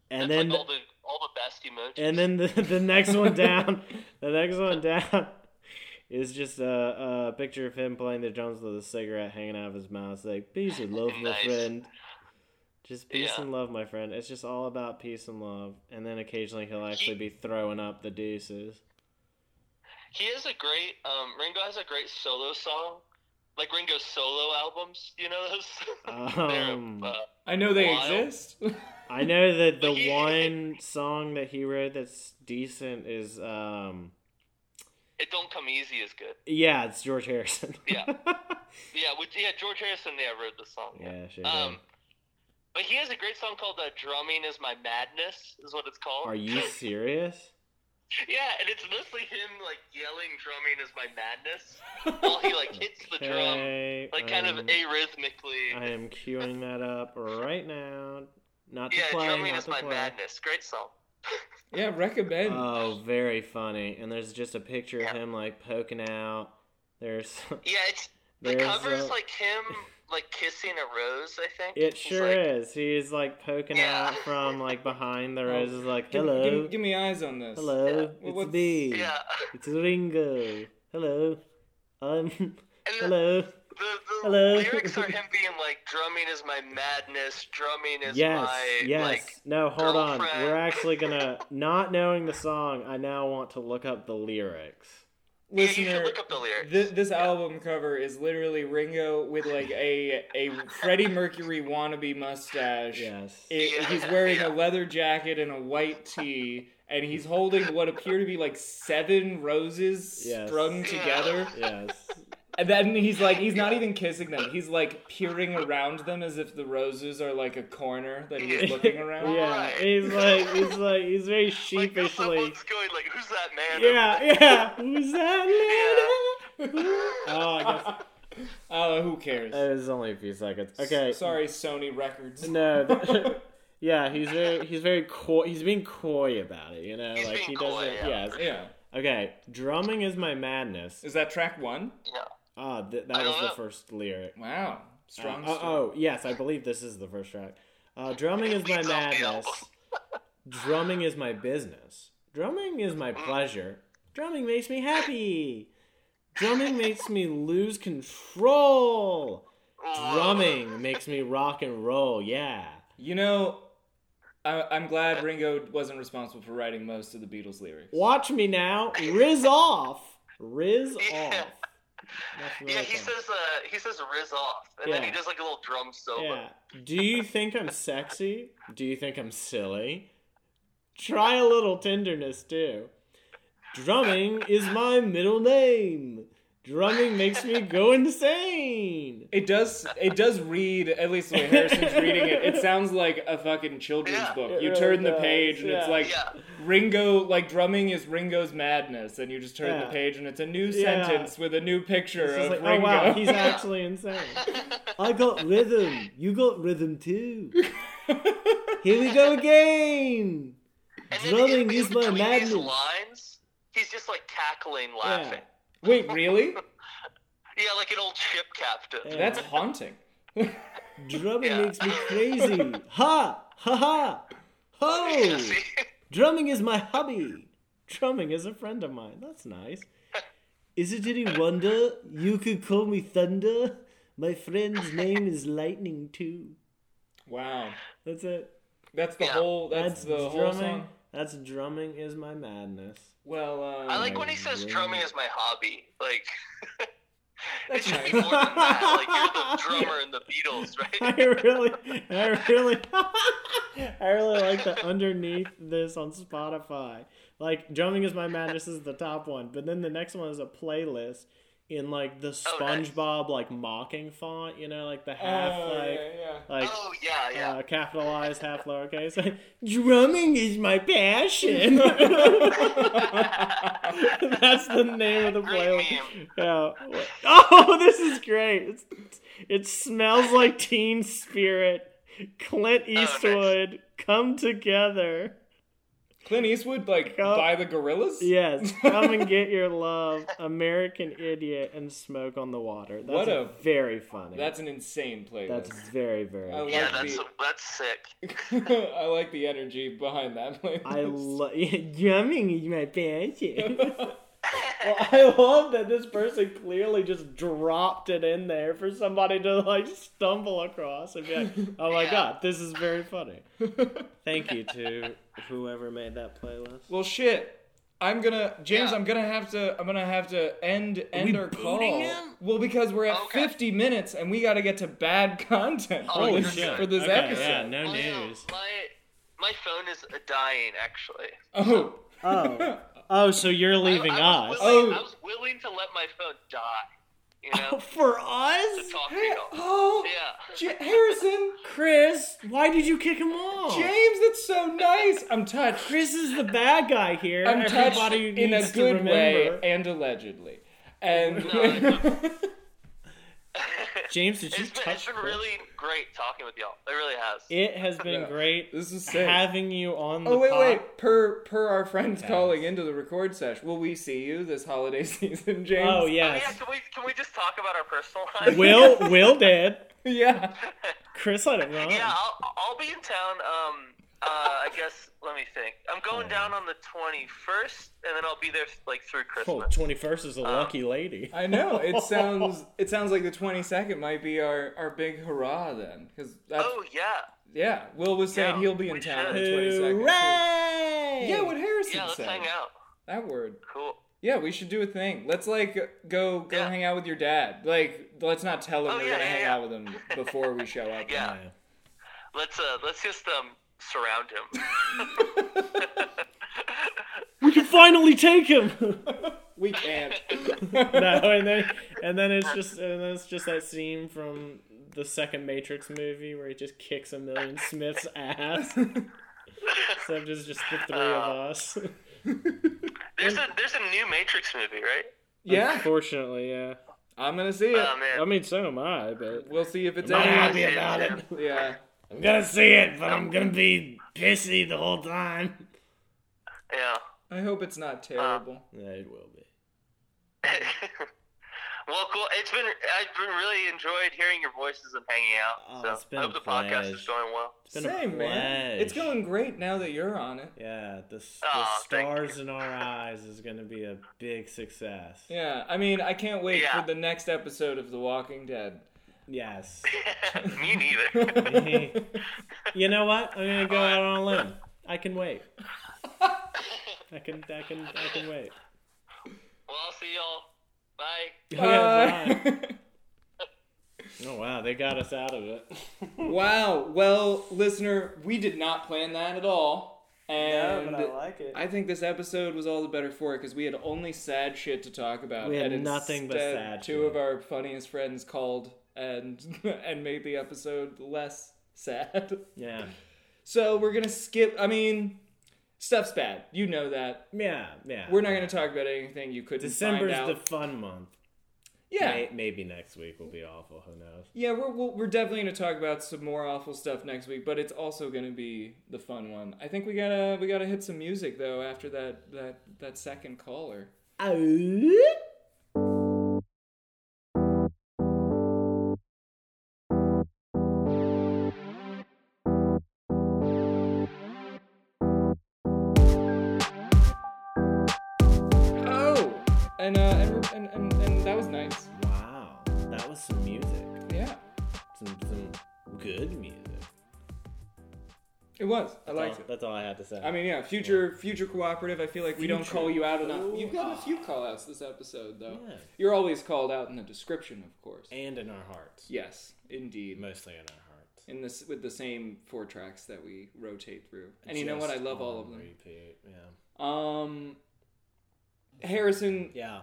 Speaker 2: And
Speaker 5: That's
Speaker 2: then
Speaker 5: like all the all the best emojis.
Speaker 2: and then the, the next one down, the next one down is just a, a picture of him playing the drums with a cigarette hanging out of his mouth. It's like, peace and love, my
Speaker 5: Nice.
Speaker 2: friend. Just peace
Speaker 5: Yeah.
Speaker 2: and love, my friend. It's just all about peace and love. And then occasionally he'll actually be throwing up the deuces.
Speaker 5: he has a great um Ringo has a great solo song. Like Ringo's solo albums, you know those? They're,
Speaker 2: Um,
Speaker 5: uh,
Speaker 1: I know they
Speaker 5: Wild.
Speaker 1: exist.
Speaker 2: I know that the
Speaker 5: Yeah.
Speaker 2: one song that he wrote that's decent is, um,
Speaker 5: it don't come easy is good.
Speaker 2: yeah, it's George Harrison.
Speaker 5: Yeah. Yeah, which, yeah, George Harrison yeah wrote the song.
Speaker 2: yeah, sure.
Speaker 5: Um,
Speaker 2: did.
Speaker 5: but he has a great song called uh, "Drumming Is My Madness" is what it's called.
Speaker 2: Are you serious?
Speaker 5: yeah, and it's mostly him like yelling "Drumming Is My Madness" while he like hits the drum
Speaker 2: Okay,
Speaker 5: like kind of
Speaker 2: um,
Speaker 5: arrhythmically.
Speaker 2: I am queuing that up right now. Not to
Speaker 5: yeah,
Speaker 2: play,
Speaker 5: "Drumming
Speaker 2: not
Speaker 5: Is
Speaker 2: to
Speaker 5: My
Speaker 2: play.
Speaker 5: Madness," great song.
Speaker 1: yeah, recommend.
Speaker 2: Oh, very funny. And there's just a picture of him like poking out. There's
Speaker 5: Yeah, it's the
Speaker 2: there's
Speaker 5: cover's
Speaker 2: uh,
Speaker 5: like him like kissing a rose, I think.
Speaker 2: It
Speaker 5: He's
Speaker 2: sure
Speaker 5: like,
Speaker 2: is. He's like poking
Speaker 5: Yeah.
Speaker 2: out from like behind the roses, like
Speaker 1: Give,
Speaker 2: hello,
Speaker 1: give, give me eyes on this.
Speaker 2: hello,
Speaker 1: Well,
Speaker 2: it's
Speaker 1: what's-
Speaker 2: me,
Speaker 5: Yeah.
Speaker 2: it's Ringo. Hello, I'm.
Speaker 5: And the,
Speaker 2: Hello.
Speaker 5: the, the
Speaker 2: Hello.
Speaker 5: lyrics are him being like, drumming is my madness, drumming is
Speaker 2: Yes,
Speaker 5: my.
Speaker 2: yes.
Speaker 5: Like,
Speaker 2: no, hold on.
Speaker 5: girlfriend.
Speaker 2: We're actually gonna not knowing the song. I now want to look up the lyrics.
Speaker 5: yeah, you
Speaker 1: Listener,
Speaker 5: should look up the lyrics.
Speaker 1: This, this album cover is literally Ringo with like a a Freddie Mercury wannabe mustache.
Speaker 2: Yes.
Speaker 1: It-
Speaker 5: Yeah,
Speaker 1: he's wearing
Speaker 5: yeah.
Speaker 1: a leather jacket and a white tee, and he's holding what appear to be like seven roses
Speaker 2: Yes.
Speaker 1: strung
Speaker 5: Yeah.
Speaker 1: together.
Speaker 2: yes.
Speaker 1: And then he's like, he's not even kissing them. He's like peering around them as if the roses are like a corner that he's
Speaker 5: Yeah.
Speaker 1: looking around.
Speaker 2: Yeah. He's like he's like he's very
Speaker 5: like, this
Speaker 2: sheepishly.
Speaker 5: someone's going, like, who's that man?
Speaker 2: Yeah, yeah. Who's that lady? oh, I guess
Speaker 1: Oh, who cares?
Speaker 2: it was only a few seconds. Uh, Okay.
Speaker 1: Sorry, Sony Records.
Speaker 2: No. th- yeah, he's very he's very coy. He's being coy about it. You know,
Speaker 5: He's
Speaker 2: like
Speaker 5: being
Speaker 2: he
Speaker 5: coy,
Speaker 2: doesn't.
Speaker 5: yeah.
Speaker 2: Yes.
Speaker 1: Yeah.
Speaker 2: Okay. Drumming is my madness.
Speaker 1: Is that track one?
Speaker 2: Ah, th- that
Speaker 5: I
Speaker 2: was
Speaker 5: don't
Speaker 2: the
Speaker 5: know.
Speaker 2: first lyric.
Speaker 1: Wow. Strong.
Speaker 2: Uh, oh,
Speaker 1: start.
Speaker 2: oh, yes, I believe this is the first track. Uh, drumming is my
Speaker 5: Please help me
Speaker 2: madness. Drumming is my business. Drumming is my pleasure. Drumming makes me happy. Drumming makes me lose control.
Speaker 5: Whoa.
Speaker 2: Drumming makes me rock and roll. Yeah.
Speaker 1: You know, I, I'm glad Ringo wasn't responsible for writing most of the Beatles lyrics.
Speaker 2: Watch me now. Riz off. Riz
Speaker 5: Yeah.
Speaker 2: off. That's
Speaker 5: Yeah,
Speaker 2: another
Speaker 5: he
Speaker 2: song.
Speaker 5: says, uh, he says Riz off. And then
Speaker 2: Yeah.
Speaker 5: he does, like, a little drum solo.
Speaker 2: Yeah. Do you think I'm sexy? Do you think I'm silly? Try a little tenderness too. Drumming is my middle name. Drumming makes me go insane.
Speaker 1: It does. It does read. At least the way Harrison's reading it, it sounds like a fucking children's
Speaker 5: Yeah.
Speaker 1: book.
Speaker 2: It
Speaker 1: You
Speaker 2: really
Speaker 1: turn the
Speaker 2: does,
Speaker 1: page and it's
Speaker 2: yeah.
Speaker 1: like
Speaker 5: Yeah.
Speaker 1: Ringo, like drumming is Ringo's madness, and you just turn
Speaker 2: Yeah.
Speaker 1: the page and it's a new
Speaker 2: Yeah.
Speaker 1: sentence with a new picture
Speaker 2: It's just
Speaker 1: of
Speaker 2: like, oh
Speaker 1: Ringo.
Speaker 2: wow, he's actually insane. I got rhythm. You got rhythm too. Here we go again.
Speaker 5: And then
Speaker 2: Drumming
Speaker 5: in
Speaker 2: is my
Speaker 5: between
Speaker 2: madness.
Speaker 5: these lines, he's just, like, cackling, laughing.
Speaker 1: Wait, really?
Speaker 5: Yeah, like an old ship captain.
Speaker 2: Yeah.
Speaker 1: That's haunting.
Speaker 2: Drumming
Speaker 5: Yeah.
Speaker 2: makes me crazy. Ha! Ha ha!
Speaker 5: Yeah,
Speaker 2: Ho!
Speaker 5: see?
Speaker 2: Drumming is my hobby. Drumming is a friend of mine. That's nice. Is it any wonder you could call me Thunder? My friend's name is Lightning too.
Speaker 1: Wow.
Speaker 2: That's it.
Speaker 1: That's the
Speaker 5: Yeah.
Speaker 1: whole. That's, the whole
Speaker 2: drumming.
Speaker 1: song.
Speaker 2: That's drumming is my madness.
Speaker 1: Well, uh,
Speaker 5: I like when he says drumming is my hobby. Like, it should be
Speaker 1: nice.
Speaker 5: more than that. Like, you're the drummer in the Beatles,
Speaker 2: I
Speaker 5: right?
Speaker 2: really, I really, I really like the underneath this on Spotify. Like, drumming is my madness is the top one, but then the next one is a playlist in like the
Speaker 5: Oh, nice.
Speaker 2: SpongeBob like mocking font, you know, like the
Speaker 1: Oh,
Speaker 2: half like
Speaker 1: yeah, yeah.
Speaker 2: like
Speaker 5: oh, yeah, yeah.
Speaker 2: uh, capitalized, half lowercase. drumming is my passion. That's the name of the
Speaker 5: Great
Speaker 2: playlist.
Speaker 5: meme.
Speaker 2: Yeah. Oh, this is great. It's, it smells like Teen Spirit, Clint
Speaker 5: nice.
Speaker 2: Eastwood, come together.
Speaker 1: Clint Eastwood, like
Speaker 2: Go-
Speaker 1: by the Gorillas.
Speaker 2: Yes, come and get your love, American Idiot, and Smoke on the Water. That's
Speaker 1: What a-
Speaker 2: very funny.
Speaker 1: That's an insane playlist.
Speaker 2: that's very very.
Speaker 1: I
Speaker 5: Yeah,
Speaker 1: like
Speaker 5: that's,
Speaker 1: the-
Speaker 5: that's sick.
Speaker 1: I like the energy behind that playlist.
Speaker 2: I love drumming is my passion.
Speaker 1: I
Speaker 2: Well, I love that this person clearly just dropped it in there for somebody to like stumble across and be like, "Oh my
Speaker 5: Yeah.
Speaker 2: god, this is very funny." Thank you to whoever made that playlist.
Speaker 1: well, shit. I'm gonna, James.
Speaker 5: Yeah.
Speaker 1: I'm gonna have to. I'm gonna have to end end
Speaker 2: we
Speaker 1: our
Speaker 2: booting
Speaker 1: call.
Speaker 2: him?
Speaker 1: Well, because we're at
Speaker 5: Okay.
Speaker 1: 50 minutes and we gotta get to bad content
Speaker 5: Oh,
Speaker 1: for
Speaker 5: you're
Speaker 1: this,
Speaker 5: good.
Speaker 1: for this
Speaker 2: Okay,
Speaker 1: episode.
Speaker 2: Yeah, no
Speaker 5: Oh, no,
Speaker 2: news.
Speaker 5: My, my phone is dying, actually.
Speaker 1: Oh,
Speaker 2: Oh, oh, so you're leaving
Speaker 5: I, I
Speaker 2: us
Speaker 5: was willing-
Speaker 1: Oh.
Speaker 5: I was willing to let my phone die, you know,
Speaker 2: for
Speaker 5: to
Speaker 2: us?
Speaker 5: talk to
Speaker 1: Hey,
Speaker 5: y'all.
Speaker 1: oh,
Speaker 5: Yeah.
Speaker 1: J- Harrison,
Speaker 2: Chris, why did you kick him off?
Speaker 1: James. That's so nice. I'm touched.
Speaker 2: Chris is the bad guy here.
Speaker 1: I'm touched
Speaker 2: Everybody
Speaker 1: in a
Speaker 2: needs to
Speaker 1: good
Speaker 2: remember.
Speaker 1: way and allegedly. And
Speaker 5: No,
Speaker 2: James, did you
Speaker 5: It's been, it's
Speaker 2: touch?
Speaker 5: been
Speaker 2: Chris?
Speaker 5: really great talking with y'all. It really has.
Speaker 2: It has been
Speaker 1: Yeah.
Speaker 2: great
Speaker 1: this is sick.
Speaker 2: having you on the
Speaker 1: Oh wait,
Speaker 2: pod.
Speaker 1: wait. Per per our friends
Speaker 2: Yes.
Speaker 1: calling into the record sesh, will we see you this holiday season, James?
Speaker 2: Oh
Speaker 5: Oh, yeah,
Speaker 2: yes.
Speaker 5: can we can we just talk about our personal life?
Speaker 2: Will Will did.
Speaker 1: yeah.
Speaker 2: Chris let it run.
Speaker 8: Yeah, I'll, I'll be in town. Um, uh, I guess let me think. I'm going down on the 21st, and then I'll be there like through
Speaker 2: Well,
Speaker 8: Christmas.
Speaker 2: 21st is a lucky lady.
Speaker 1: I know. It sounds it sounds like the 22nd might be our, our big hurrah then cuz that's
Speaker 8: Oh yeah,
Speaker 1: yeah, Will was saying
Speaker 8: Yeah,
Speaker 1: he'll be in
Speaker 8: we
Speaker 1: town on the
Speaker 8: should.
Speaker 1: 22nd. too.
Speaker 2: Hooray!
Speaker 1: Yeah, what Harrison
Speaker 8: yeah. Let's
Speaker 1: said.
Speaker 8: hang out.
Speaker 1: That word.
Speaker 8: Cool.
Speaker 1: Yeah, we should do a thing. Let's like go go
Speaker 8: Yeah.
Speaker 1: hang out with your dad. Like let's not tell him
Speaker 8: Oh,
Speaker 1: we're
Speaker 8: yeah,
Speaker 1: going to
Speaker 8: yeah,
Speaker 1: hang
Speaker 8: yeah.
Speaker 1: out with him before we show up.
Speaker 8: Yeah. Let's uh, let's just um surround him.
Speaker 2: We can finally take him.
Speaker 1: We can't.
Speaker 2: no, and then and then it's just and then it's just that scene from the second Matrix movie where he just kicks a million Smith's ass. Except it's just the three of us.
Speaker 8: There's a there's a new Matrix movie, right?
Speaker 1: yeah.
Speaker 2: Unfortunately, yeah.
Speaker 1: I'm going to see it.
Speaker 8: Oh man. Oh,
Speaker 2: I mean, so am I, but
Speaker 1: We'll see if it's
Speaker 2: I'm
Speaker 1: any
Speaker 2: happy about it.
Speaker 1: Yeah.
Speaker 2: I'm gonna see it, but I'm gonna be pissy the whole time.
Speaker 8: Yeah.
Speaker 1: I hope it's
Speaker 8: Uh,
Speaker 1: not terrible.
Speaker 2: Yeah, it will be.
Speaker 8: well, cool. It's been I've been really enjoyed hearing your voices and hanging out.
Speaker 2: Oh,
Speaker 8: so
Speaker 2: it's been
Speaker 8: I hope
Speaker 2: a
Speaker 8: the podcast is
Speaker 2: pleasure.
Speaker 8: going well.
Speaker 2: It's been a
Speaker 1: Same, man.
Speaker 2: pleasure.
Speaker 1: It's going great now that you're on it.
Speaker 2: Yeah, the, s
Speaker 8: Aw,
Speaker 2: the
Speaker 8: thank
Speaker 2: stars in our eyes is gonna be a big success.
Speaker 1: Yeah, I mean, I can't wait
Speaker 8: Yeah.
Speaker 1: for the next episode of The Walking Dead.
Speaker 2: Yes.
Speaker 8: Me neither.
Speaker 2: you know what? I'm gonna go out on a limb. I can wait. I can. I can. I can wait.
Speaker 8: well, I'll see y'all. Bye.
Speaker 2: Okay, bye.
Speaker 1: Uh,
Speaker 2: oh wow, they got us out of it.
Speaker 1: wow. Well, listener, we did not plan that at all.
Speaker 6: No,
Speaker 1: And
Speaker 6: but I like it.
Speaker 1: I think this episode was all the better for it because we had only sad shit to talk about.
Speaker 2: We had
Speaker 1: and
Speaker 2: nothing but
Speaker 1: instead,
Speaker 2: sad
Speaker 1: Two
Speaker 2: shit.
Speaker 1: of our funniest friends called and and made the episode less sad.
Speaker 2: Yeah.
Speaker 1: So we're gonna skip. I mean, stuff's bad. You know that.
Speaker 2: Yeah. Yeah.
Speaker 1: We're not gonna talk about anything you couldn't
Speaker 2: December's
Speaker 1: find out.
Speaker 2: the fun month.
Speaker 1: yeah,
Speaker 2: May- maybe next week will be awful. Who knows?
Speaker 1: yeah. We're we'll- we're definitely gonna talk about some more awful stuff next week, but it's also gonna be the fun one. I think we gotta we gotta hit some music though after that that that second caller. Oh. Oh, and uh, and we're- and and, and that was nice.
Speaker 2: Wow, that was some music.
Speaker 1: Yeah,
Speaker 2: Some some good music.
Speaker 1: it was. I
Speaker 2: That's
Speaker 1: liked
Speaker 2: all-
Speaker 1: it.
Speaker 2: That's all I had to say.
Speaker 1: I mean, yeah, future future cooperative. I feel like we don't
Speaker 2: Future.
Speaker 1: call you out enough.
Speaker 2: Ooh,
Speaker 1: You've got a
Speaker 2: ah.
Speaker 1: few call outs this episode, though.
Speaker 2: Yeah.
Speaker 1: You're always called out in the description, of course.
Speaker 2: and in our hearts,
Speaker 1: yes, indeed.
Speaker 2: mostly in our hearts.
Speaker 1: In this, with the same four tracks that we rotate through, and you know what? I
Speaker 2: Just
Speaker 1: love all
Speaker 2: on
Speaker 1: of them.
Speaker 2: Repeat. Yeah.
Speaker 1: Um, Harrison,
Speaker 2: Yeah.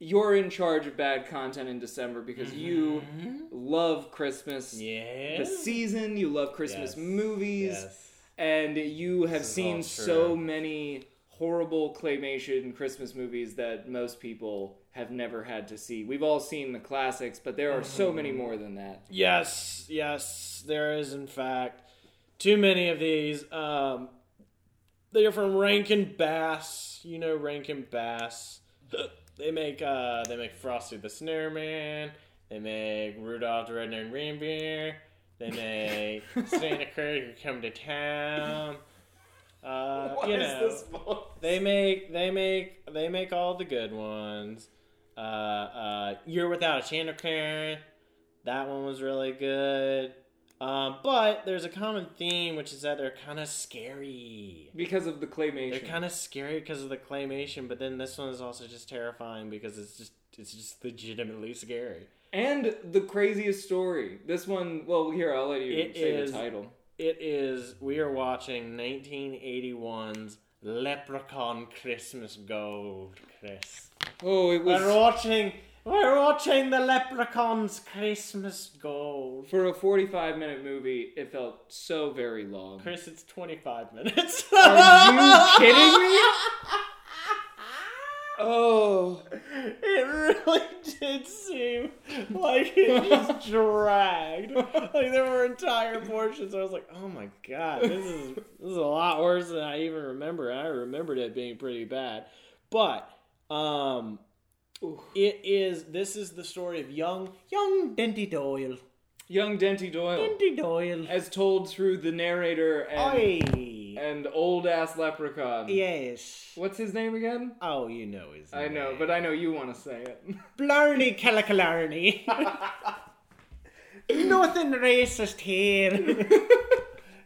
Speaker 1: you're in charge of bad content in December because you love Christmas.
Speaker 2: Mm-hmm. Yeah.
Speaker 1: The season, you love Christmas
Speaker 2: Yes.
Speaker 1: movies.
Speaker 2: Yes.
Speaker 1: and you have
Speaker 2: is
Speaker 1: seen
Speaker 2: all
Speaker 1: so
Speaker 2: true.
Speaker 1: many horrible claymation Christmas movies that most people have never had to see. We've all seen the classics, but there are so many
Speaker 2: Mm-hmm.
Speaker 1: more than that.
Speaker 2: Yes, yes, there is in fact too many of these. Um, they are from Rankin Bass. You know Rankin Bass. They make uh, they make Frosty the Snowman. They make Rudolph the Red-Nosed Reindeer. They make Santa Claus Come to Town. Uh,
Speaker 1: What
Speaker 2: you
Speaker 1: is
Speaker 2: know,
Speaker 1: this voice?
Speaker 2: they make they make they make all the good ones. Uh, uh, You're without a Chanticleer. That one was really good. Um, but there's a common theme, which is that they're kind of scary.
Speaker 1: Because of the
Speaker 2: They're
Speaker 1: claymation.
Speaker 2: kind of scary because of the claymation, but then this one is also just terrifying because it's just it's just legitimately scary.
Speaker 1: and the craziest story. This one, well, here, I'll let you
Speaker 2: It
Speaker 1: say
Speaker 2: is-
Speaker 1: the title.
Speaker 2: It is. We are watching 1981's Leprechaun Christmas Gold, Chris.
Speaker 1: Oh, it
Speaker 2: We're
Speaker 1: was
Speaker 2: watching. We're watching the Leprechaun's Christmas Gold.
Speaker 1: for a 45 minute movie, it felt so very long.
Speaker 2: Chris, it's 25 minutes.
Speaker 1: Are you kidding me? Oh,
Speaker 2: It really did seem like it just dragged. Like there were entire portions where I was like, "Oh my god, this is this is a lot worse than I even remember." And I remembered it being pretty bad, but um,
Speaker 1: Oof.
Speaker 2: it is. This is the story of young young Denty Doyle.
Speaker 1: young Denty Doyle,
Speaker 2: Andy Doyle.
Speaker 1: as told through the narrator and,
Speaker 2: Oi.
Speaker 1: and old ass leprechaun.
Speaker 2: Yes.
Speaker 1: What's his name again?
Speaker 2: Oh, you know his
Speaker 1: I know, but I know you want to say it.
Speaker 2: Blarney Callacalarney. Nothing racist here.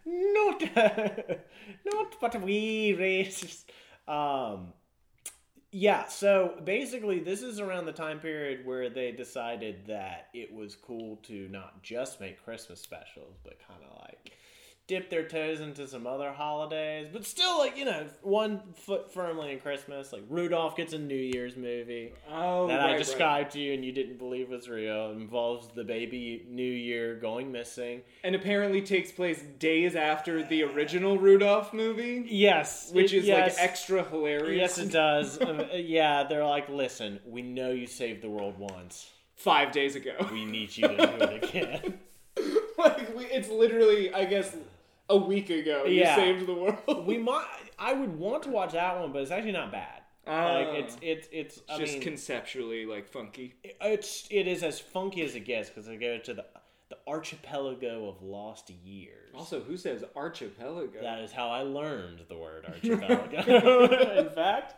Speaker 2: not, not but we racist. Um, yeah, so basically, this is around the time period where they decided that it was cool to not just make Christmas specials, but kind of like dip their toes into some other holidays, but still, like, you know, one foot firmly in Christmas. Like, Rudolph gets a New Year's movie
Speaker 1: Oh,
Speaker 2: that
Speaker 1: right,
Speaker 2: I
Speaker 1: right.
Speaker 2: described to you and you didn't believe was real. It involves the baby New Year going missing.
Speaker 1: And apparently takes place days after the original Rudolph movie,
Speaker 2: Yes,
Speaker 1: which
Speaker 2: is
Speaker 1: is like extra hilarious.
Speaker 2: Yes, it does. Um, yeah, they're like, listen, we know you saved the world once.
Speaker 1: Five days ago.
Speaker 2: We need you to do it again.
Speaker 1: like we, it's literally, I guess, a week ago.
Speaker 2: Yeah.
Speaker 1: You saved the world.
Speaker 2: we might. I would want to watch that one, but it's actually not bad.
Speaker 1: Ah.
Speaker 2: Like it's it's it's. I
Speaker 1: just
Speaker 2: mean,
Speaker 1: conceptually like funky.
Speaker 2: it's it is as funky as it gets because I go to the the archipelago of lost years.
Speaker 1: Also, who says archipelago?
Speaker 2: That is how I learned the word archipelago. in fact,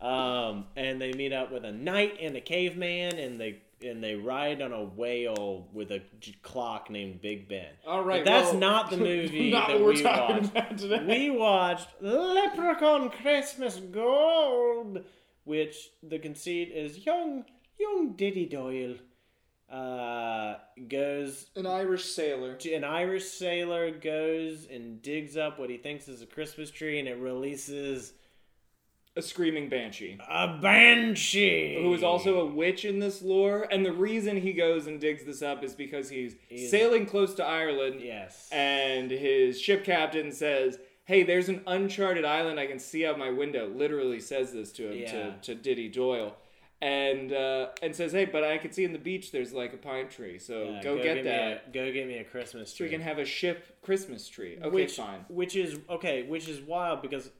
Speaker 2: um, and they meet up with a knight and a caveman, and they and they ride on a whale with a j- clock named Big Ben.
Speaker 1: All right,
Speaker 2: But that's
Speaker 1: well,
Speaker 2: not the movie
Speaker 1: not
Speaker 2: that
Speaker 1: what we're
Speaker 2: we
Speaker 1: talking
Speaker 2: watched.
Speaker 1: about today.
Speaker 2: We watched Leprechaun Christmas Gold, which the conceit is young young Diddy Doyle uh, goes
Speaker 1: An Irish sailor.
Speaker 2: an Irish sailor goes and digs up what he thinks is a Christmas tree, and it releases
Speaker 1: A screaming banshee.
Speaker 2: a banshee,
Speaker 1: Who is also a witch in this lore, and the reason he goes and digs this up is because he's
Speaker 2: He's-
Speaker 1: sailing close to Ireland,
Speaker 2: yes,
Speaker 1: and his ship captain says, "Hey, there's an uncharted island I can see out my window." Literally says this to him
Speaker 2: Yeah.
Speaker 1: to, to Diddy Doyle, and uh, and says, "Hey, but I can see in the beach there's like a pine tree, so
Speaker 2: Uh,
Speaker 1: go, get
Speaker 2: me a-
Speaker 1: that
Speaker 2: go get me a Christmas
Speaker 1: so
Speaker 2: tree.
Speaker 1: we can have a ship Christmas tree." Okay,
Speaker 2: which,
Speaker 1: fine.
Speaker 2: Which is okay. Which is wild because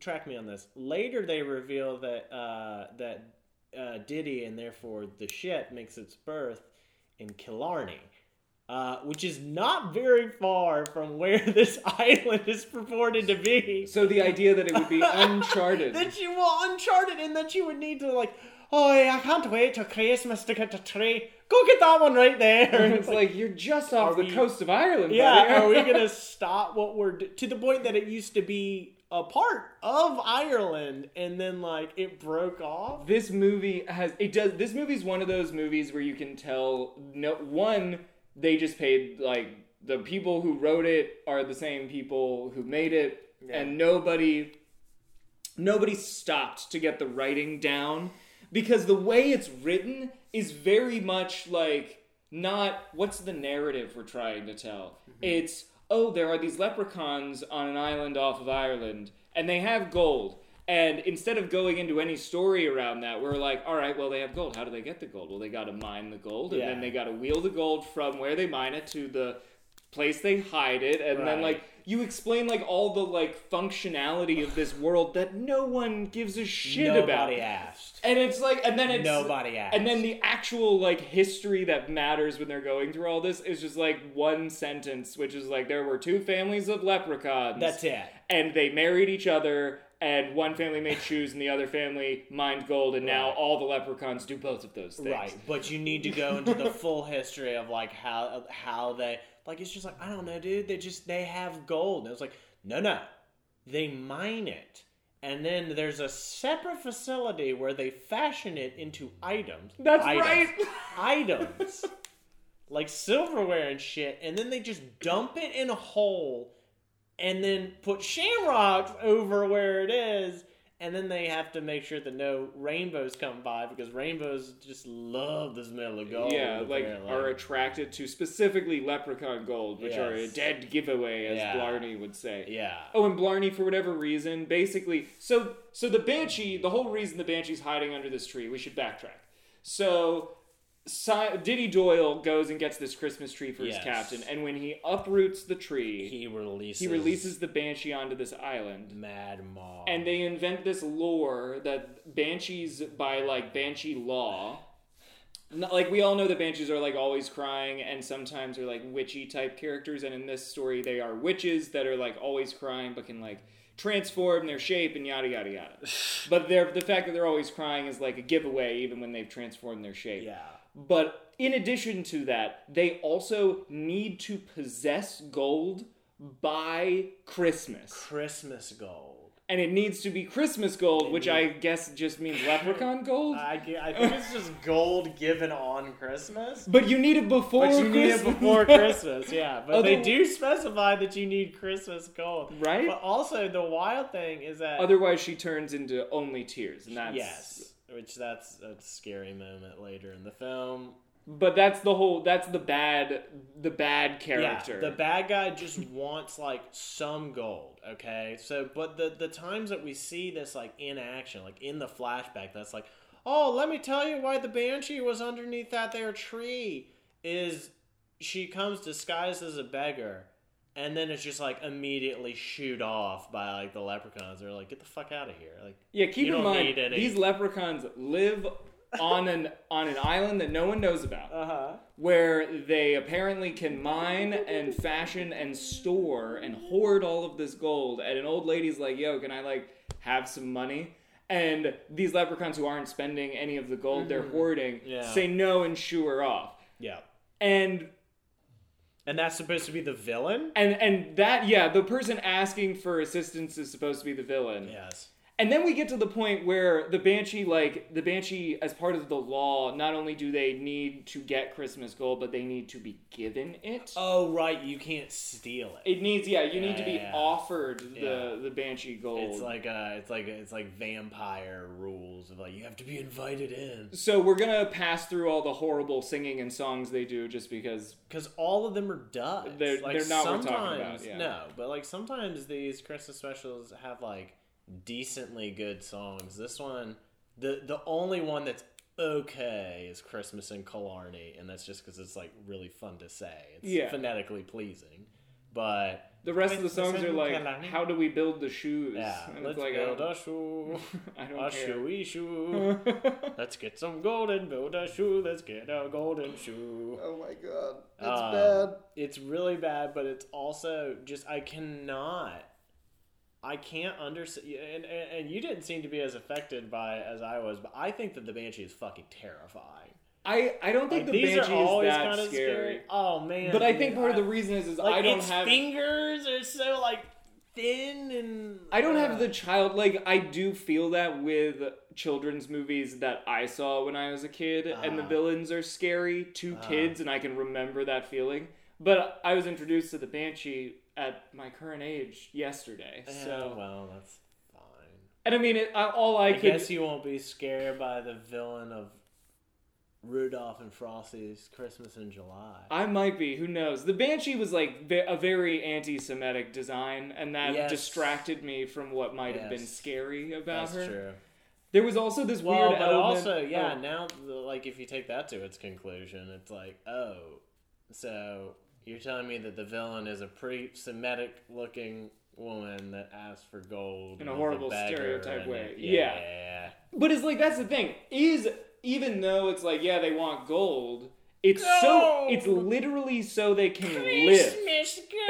Speaker 2: track me on this. Later, they reveal that uh, that uh, Diddy and therefore the ship makes its birth in Killarney. Uh, which is not very far from where this island is purported to be.
Speaker 1: So the idea that it would be uncharted.
Speaker 2: that you will uncharted and that you would need to like oh i can't wait till christmas to get the tree go get that one right there
Speaker 1: it's like you're just
Speaker 2: Are
Speaker 1: off the
Speaker 2: we-
Speaker 1: coast of Ireland. buddy.
Speaker 2: yeah are we gonna stop what we're do- to the point that it used to be a part of ireland and then like it broke off
Speaker 1: this movie has it does this movie's one of those movies where you can tell no one they just paid like the people who wrote it are the same people who made it and nobody nobody stopped to get the writing down because the way it's written is very much like not what's the narrative we're trying to tell. It's oh there are these leprechauns on an island off of Ireland and they have gold. And instead of going into any story around that, we're like, all right, well, they have gold. How do they get the gold? Well, they got to mine the gold, and then
Speaker 2: Yeah.
Speaker 1: they got to wheel the gold from where they mine it to the place they hide it and then
Speaker 2: Right.
Speaker 1: like you explain like all the like functionality of this world that no one gives a shit about
Speaker 2: nobody asked
Speaker 1: and it's like and then it's
Speaker 2: nobody asked
Speaker 1: and then the actual like history that matters when they're going through all this is just like one sentence which is like there were two families of leprechauns
Speaker 2: that's it
Speaker 1: and they married each other and one family made shoes and the other family mined gold and now
Speaker 2: Right.
Speaker 1: all the leprechauns do both of those things
Speaker 2: Right, but you need to go into the full history of like how of how they like it's just like I don't know, dude. They just they have gold. And it's like no, no, they mine it, and then there's a separate facility where they fashion it into items.
Speaker 1: that's
Speaker 2: Items.
Speaker 1: right
Speaker 2: Items like silverware and shit, and then they just dump it in a hole, and then put shamrocks over where it is. And then they have to make sure that no rainbows come by because rainbows just love the smell of gold.
Speaker 1: yeah, like
Speaker 2: apparently.
Speaker 1: are attracted to specifically leprechaun gold, which are a
Speaker 2: Yes.
Speaker 1: dead giveaway, as
Speaker 2: Yeah.
Speaker 1: Blarney would say.
Speaker 2: yeah,
Speaker 1: Oh, and Blarney, for whatever reason, basically, so so the banshee, the whole reason the banshee's hiding under this tree, we should backtrack. So. Si- Diddy Doyle goes and gets this Christmas tree for
Speaker 2: Yes.
Speaker 1: his captain, and when he uproots the tree,
Speaker 2: he releases.
Speaker 1: he releases the banshee onto this island.
Speaker 2: Mad Maw.
Speaker 1: And they invent this lore that banshees, by like banshee law, Not- like we all know the banshees are like always crying and sometimes are like witchy type characters and in this story they are witches that are like always crying but can like transform their shape and yada yada yada but they're, the fact that they're always crying is like a giveaway even when they've transformed their shape
Speaker 2: Yeah.
Speaker 1: but in addition to that they also need to possess gold by christmas
Speaker 2: Christmas gold.
Speaker 1: and it needs to be christmas gold which i guess just means leprechaun gold
Speaker 2: I, ge- I think it's just gold given on Christmas.
Speaker 1: but you need it before
Speaker 2: But you need it
Speaker 1: Oh, Christmas.
Speaker 2: before Christmas, yeah. But they
Speaker 1: Other-
Speaker 2: do specify that you need Christmas gold.
Speaker 1: Right?
Speaker 2: But also, the wild thing is that.
Speaker 1: Otherwise, she turns into only tears, and that's
Speaker 2: yes. Which that's a scary moment later in the film.
Speaker 1: But that's the whole. That's the bad. The bad character.
Speaker 2: Yeah, the bad guy just wants like some gold, okay? So but the the times that we see this like in action, like in the flashback, that's like, oh, let me tell you why the banshee was underneath that there tree is she comes disguised as a beggar. And then it's just like immediately shoot off by like the leprechauns. They're like, get the fuck out of here! Like,
Speaker 1: yeah. Keep
Speaker 2: you
Speaker 1: in
Speaker 2: don't
Speaker 1: mind,
Speaker 2: need any.
Speaker 1: these leprechauns live on an on an island that no one knows about,
Speaker 2: uh
Speaker 6: Uh-huh.
Speaker 2: huh.
Speaker 1: where they apparently can mine and fashion and store and hoard all of this gold. And an old lady's like, "Yo, can I like have some money?" And these leprechauns who aren't spending any of the gold they're hoarding
Speaker 2: Mm-hmm. Yeah.
Speaker 1: say no and shoo her off.
Speaker 2: Yeah.
Speaker 1: And
Speaker 2: And that's supposed to be the villain.
Speaker 1: And and that yeah, the person asking for assistance is supposed to be the villain.
Speaker 2: Yes.
Speaker 1: And then we get to the point where the banshee like the banshee as part of the law, not only do they need to get Christmas gold, but they need to be given it.
Speaker 2: Oh right, you can't steal it.
Speaker 1: it needs yeah, you need to be
Speaker 2: Yeah.
Speaker 1: offered
Speaker 2: Yeah.
Speaker 1: the the banshee gold.
Speaker 2: It's like uh, it's like it's like vampire rules of like you have to be invited in
Speaker 1: so we're gonna pass through all the horrible singing and songs they do just because
Speaker 2: because all of them are duds.
Speaker 1: They're-
Speaker 2: like,
Speaker 1: they're not what we're
Speaker 2: sometimes,
Speaker 1: talking about, yeah.
Speaker 2: No, but like sometimes these Christmas specials have like decently good songs. This one, the the only one that's okay is Christmas in Killarney, and that's just because it's like really fun to say. It's
Speaker 1: Yeah.
Speaker 2: phonetically pleasing, but
Speaker 1: the rest of the
Speaker 2: Christmas
Speaker 1: songs
Speaker 2: in
Speaker 1: are like
Speaker 2: Killarney.
Speaker 1: how do we build the shoes?
Speaker 2: yeah,
Speaker 1: and
Speaker 2: let's
Speaker 1: it's like
Speaker 2: build
Speaker 1: I
Speaker 2: a shoe,
Speaker 1: I don't
Speaker 2: a
Speaker 1: care.
Speaker 2: shoey shoe. Let's get some golden, build a shoe. Let's get a golden shoe.
Speaker 1: oh my god.
Speaker 2: It's bad. It's really bad, but it's also just I cannot. I can't understand, and, and and you didn't seem to be as affected by as I was, but I think that the banshee is fucking terrifying.
Speaker 1: I, I don't think
Speaker 2: Like,
Speaker 1: the
Speaker 2: these
Speaker 1: banshee
Speaker 2: are
Speaker 1: is
Speaker 2: always
Speaker 1: that
Speaker 2: kind of
Speaker 1: scary.
Speaker 2: scary. Oh man!
Speaker 1: But I
Speaker 2: dude,
Speaker 1: think part of the reason is, is
Speaker 2: like,
Speaker 1: I don't
Speaker 2: its
Speaker 1: have
Speaker 2: fingers are so like thin and
Speaker 1: I don't have
Speaker 2: Ugh.
Speaker 1: the child like I do feel that with children's movies that I saw when I was a kid and the
Speaker 2: Uh-huh.
Speaker 1: villains are scary to
Speaker 2: Uh-huh.
Speaker 1: kids and I can remember that feeling. But I was introduced to the banshee at my current age yesterday.
Speaker 2: Yeah,
Speaker 1: So
Speaker 2: well, that's fine.
Speaker 1: and I mean it, I, all I,
Speaker 2: I
Speaker 1: could
Speaker 2: guess you won't be scared by the villain of Rudolph and Frosty's Christmas in July.
Speaker 1: I might be. Who knows? The Banshee was like ve- a very anti-Semitic design, and that
Speaker 2: Yes.
Speaker 1: distracted me from what might have been
Speaker 2: Yes.
Speaker 1: scary about her.
Speaker 2: That's true.
Speaker 1: There was also this
Speaker 2: Well,
Speaker 1: weird
Speaker 2: but
Speaker 1: element.
Speaker 2: also, yeah.
Speaker 1: oh,
Speaker 2: Now, the- like, if you take that to its conclusion, it's like, oh, so you're telling me that the villain is a pretty Semitic-looking woman that asks for gold
Speaker 1: In a
Speaker 2: and is
Speaker 1: horrible
Speaker 2: beggar
Speaker 1: stereotype
Speaker 2: and-
Speaker 1: way.
Speaker 2: Yeah.
Speaker 1: but it's like that's the thing is even though it's like yeah they want gold, it's so
Speaker 2: Gold!
Speaker 1: it's literally so they can live.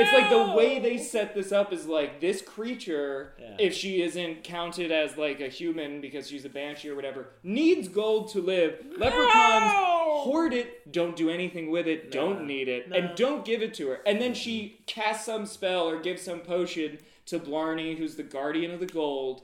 Speaker 1: It's like the way they set this up is like this creature,
Speaker 2: Yeah.
Speaker 1: if she isn't counted as like a human because she's a banshee or whatever, needs gold to live. Leprechauns hoard it, don't do anything with it,
Speaker 2: No.
Speaker 1: don't need it,
Speaker 2: No.
Speaker 1: and don't give it to her. And then she casts some spell or gives some potion to Blarney, who's the guardian of the gold.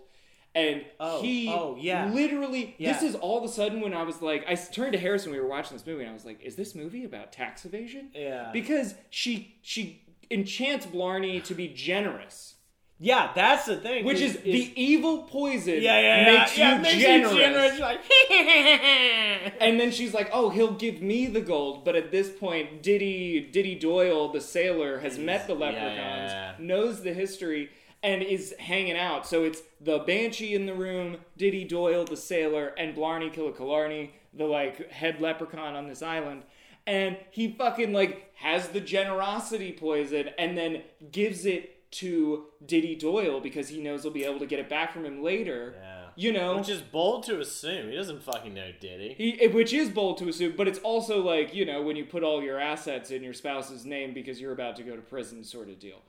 Speaker 1: And
Speaker 2: Oh,
Speaker 1: he
Speaker 2: oh, yeah.
Speaker 1: literally, this
Speaker 2: Yeah.
Speaker 1: is all of a sudden when I was like, I s- turned to Harrison, we were watching this movie, and I was like, is this movie about tax evasion?
Speaker 2: Yeah.
Speaker 1: because she she enchants Blarney to be generous,
Speaker 2: yeah, that's the thing.
Speaker 1: which is, the evil poison
Speaker 2: yeah, yeah, yeah,
Speaker 1: makes,
Speaker 2: yeah,
Speaker 1: you,
Speaker 2: makes
Speaker 1: generous.
Speaker 2: you generous. Like,
Speaker 1: And then she's like, "Oh, he'll give me the gold." But at this point, Diddy Diddy Doyle, the sailor, has met the
Speaker 2: Yeah, yeah,
Speaker 1: leprechauns,
Speaker 2: yeah.
Speaker 1: knows the history, and is hanging out. So it's the banshee in the room, Diddy Doyle, the sailor, and Blarney Killicalarney, the like head leprechaun on this island. And he fucking like has the generosity poison, and then gives it to Diddy Doyle because he knows he'll be able to get it back from him later.
Speaker 2: yeah.
Speaker 1: You know,
Speaker 2: Which is bold to assume. He doesn't fucking know Diddy.
Speaker 1: He, eh, which is bold to assume, but it's also like, you know, when you put all your assets in your spouse's name because you're about to go to prison sort of deal.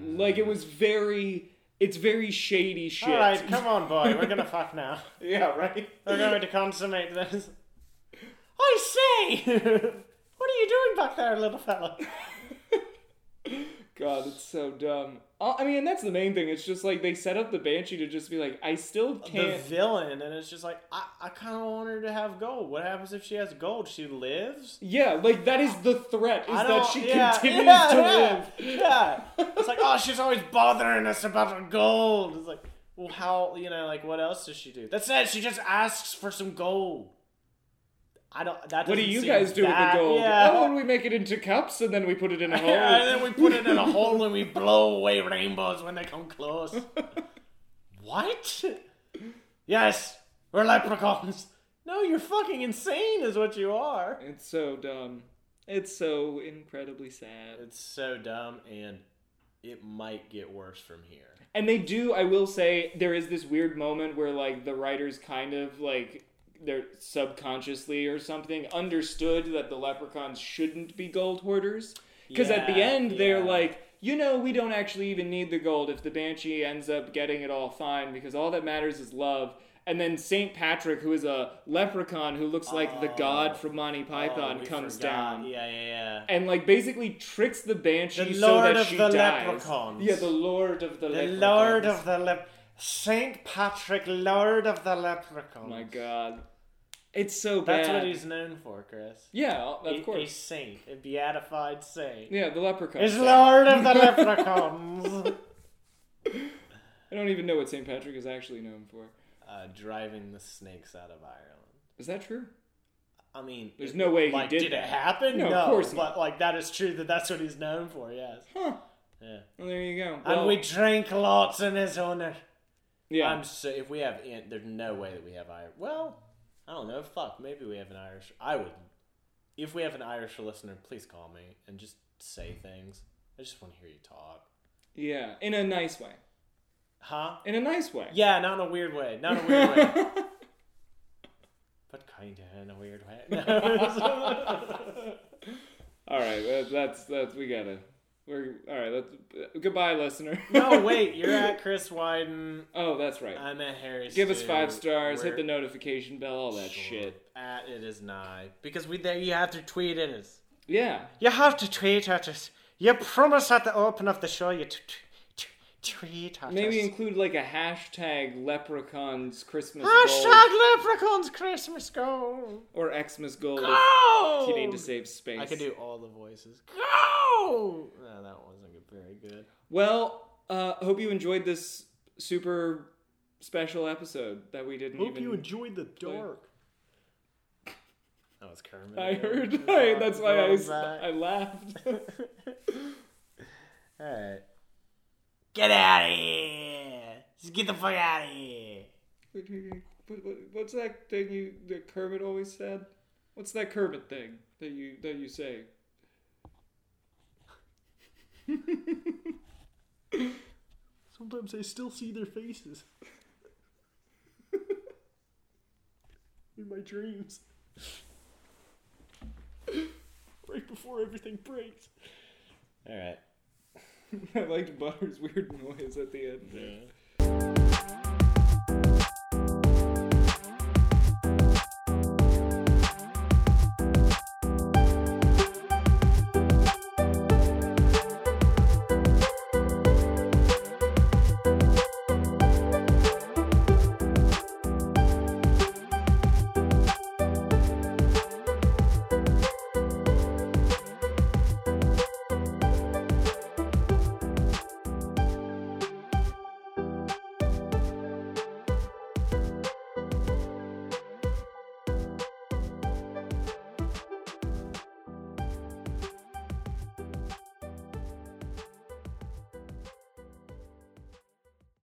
Speaker 1: Like, it was very, it's very shady shit.
Speaker 2: All right, come on, boy. We're gonna fuck now.
Speaker 1: yeah, right?
Speaker 2: We're going to consummate this. I say, what are you doing back there, little fella?
Speaker 1: God, it's so dumb. Uh, I mean, and that's the main thing. It's just like they set up the Banshee to just be like, I still
Speaker 2: The
Speaker 1: can't.
Speaker 2: villain, and it's just like I, I kind of want her to have gold. What happens if she has gold? She lives.
Speaker 1: Yeah, like that is the threat, is
Speaker 2: I
Speaker 1: that
Speaker 2: don't-
Speaker 1: she
Speaker 2: yeah,
Speaker 1: continues
Speaker 2: yeah,
Speaker 1: to
Speaker 2: yeah,
Speaker 1: live.
Speaker 2: Yeah, it's like oh, she's always bothering us about her gold. It's like, well, how you know, like what else does she do? That's it. She just asks for some gold. I don't. That
Speaker 1: What do
Speaker 2: doesn't
Speaker 1: you
Speaker 2: seem
Speaker 1: guys do
Speaker 2: that-
Speaker 1: with the gold?
Speaker 2: Yeah. Oh,
Speaker 1: Oh, and we make it into cups and then we put it in a hole.
Speaker 2: Yeah, and then we put it in a hole and we blow away rainbows when they come close. what? Yes, we're leprechauns. No, you're fucking insane, is what you are.
Speaker 1: It's so dumb. It's so incredibly sad.
Speaker 2: It's so dumb, and it might get worse from here.
Speaker 1: And they do, I will say, there is this weird moment where like the writers kind of like they're subconsciously or something understood that the leprechauns shouldn't be gold hoarders. Because at the
Speaker 2: Yeah,
Speaker 1: end they're
Speaker 2: yeah.
Speaker 1: like, you know, we don't actually even need the gold if the banshee ends up getting it all fine because all that matters is love. And then Saint Patrick, who is a leprechaun who looks like the
Speaker 2: Oh.
Speaker 1: god from Monty Python,
Speaker 2: Oh, we
Speaker 1: comes
Speaker 2: forgot.
Speaker 1: down.
Speaker 2: Yeah, yeah, yeah.
Speaker 1: and like basically tricks the banshee
Speaker 2: The
Speaker 1: so
Speaker 2: Lord
Speaker 1: that
Speaker 2: of
Speaker 1: she
Speaker 2: the
Speaker 1: dies.
Speaker 2: Leprechauns.
Speaker 1: Yeah, the Lord of the,
Speaker 2: The
Speaker 1: Leprechauns.
Speaker 2: Lord of the Lep. Saint Patrick, Lord of the Leprechauns.
Speaker 1: Oh my God, it's so bad.
Speaker 2: That's what he's known for, Chris.
Speaker 1: Yeah, of
Speaker 2: He-
Speaker 1: course.
Speaker 2: A saint, a beatified saint.
Speaker 1: yeah, the leprechaun.
Speaker 2: It's Lord of the Leprechauns.
Speaker 1: I don't even know what St. Patrick is actually known for.
Speaker 2: uh, driving the snakes out of Ireland.
Speaker 1: Is that true?
Speaker 2: I mean,
Speaker 1: There's
Speaker 2: it-
Speaker 1: no way he
Speaker 2: like,
Speaker 1: did
Speaker 2: did it
Speaker 1: that.
Speaker 2: happen?
Speaker 1: No,
Speaker 2: No,
Speaker 1: of course not.
Speaker 2: but like that is true. That that's what he's known for. Yes.
Speaker 1: Huh.
Speaker 2: Yeah.
Speaker 1: Well, there you go.
Speaker 2: And
Speaker 1: Well,
Speaker 2: we drank lots in his honor.
Speaker 1: yeah,
Speaker 2: I'm so if we have in, there's no way that we have Irish. Well, I don't know. Fuck, maybe we have an Irish. I would. If we have an Irish listener, please call me and just say things. I just want to hear you talk.
Speaker 1: yeah, in a nice way.
Speaker 2: Huh?
Speaker 1: In a nice way.
Speaker 2: Yeah, not in a weird way. Not in a weird way. but kinda in a weird way.
Speaker 1: All right, that, that's that's we gotta. We're all right. Let's, goodbye, listener.
Speaker 2: no, wait. You're at Chris Wyden.
Speaker 1: Oh, that's right.
Speaker 2: I'm at Harry.
Speaker 1: Give us
Speaker 2: Stu.
Speaker 1: five stars. Hit
Speaker 2: We're
Speaker 1: the notification bell. All that shit.
Speaker 2: At it is nigh because we there. You have to tweet at us.
Speaker 1: Yeah.
Speaker 2: You have to tweet at us. You promise at the open of the show you t- t- t- tweet at
Speaker 1: Maybe
Speaker 2: us.
Speaker 1: include like a hashtag leprechauns Christmas gold
Speaker 2: Hashtag Leprechauns Christmas Gold.
Speaker 1: or Xmas gold
Speaker 2: Go!
Speaker 1: if you need to save space.
Speaker 2: I could do all the voices. Go! No, that wasn't very good.
Speaker 1: Well, uh, hope you enjoyed this super special episode that we didn't even.
Speaker 2: enjoyed the
Speaker 1: dark.
Speaker 2: That was Kermit.
Speaker 1: I
Speaker 2: again.
Speaker 1: heard. I, that's why I, s-
Speaker 2: Throwback.
Speaker 1: I laughed.
Speaker 2: Alright. Get out of here! Just get the fuck out of here!
Speaker 1: What- what- what's that thing you that Kermit always said? What's that Kermit thing that you that you say?
Speaker 2: Sometimes I still see their faces. In my dreams. right before everything breaks. Alright.
Speaker 1: I liked Butter's weird noise at the end. there.
Speaker 2: Yeah.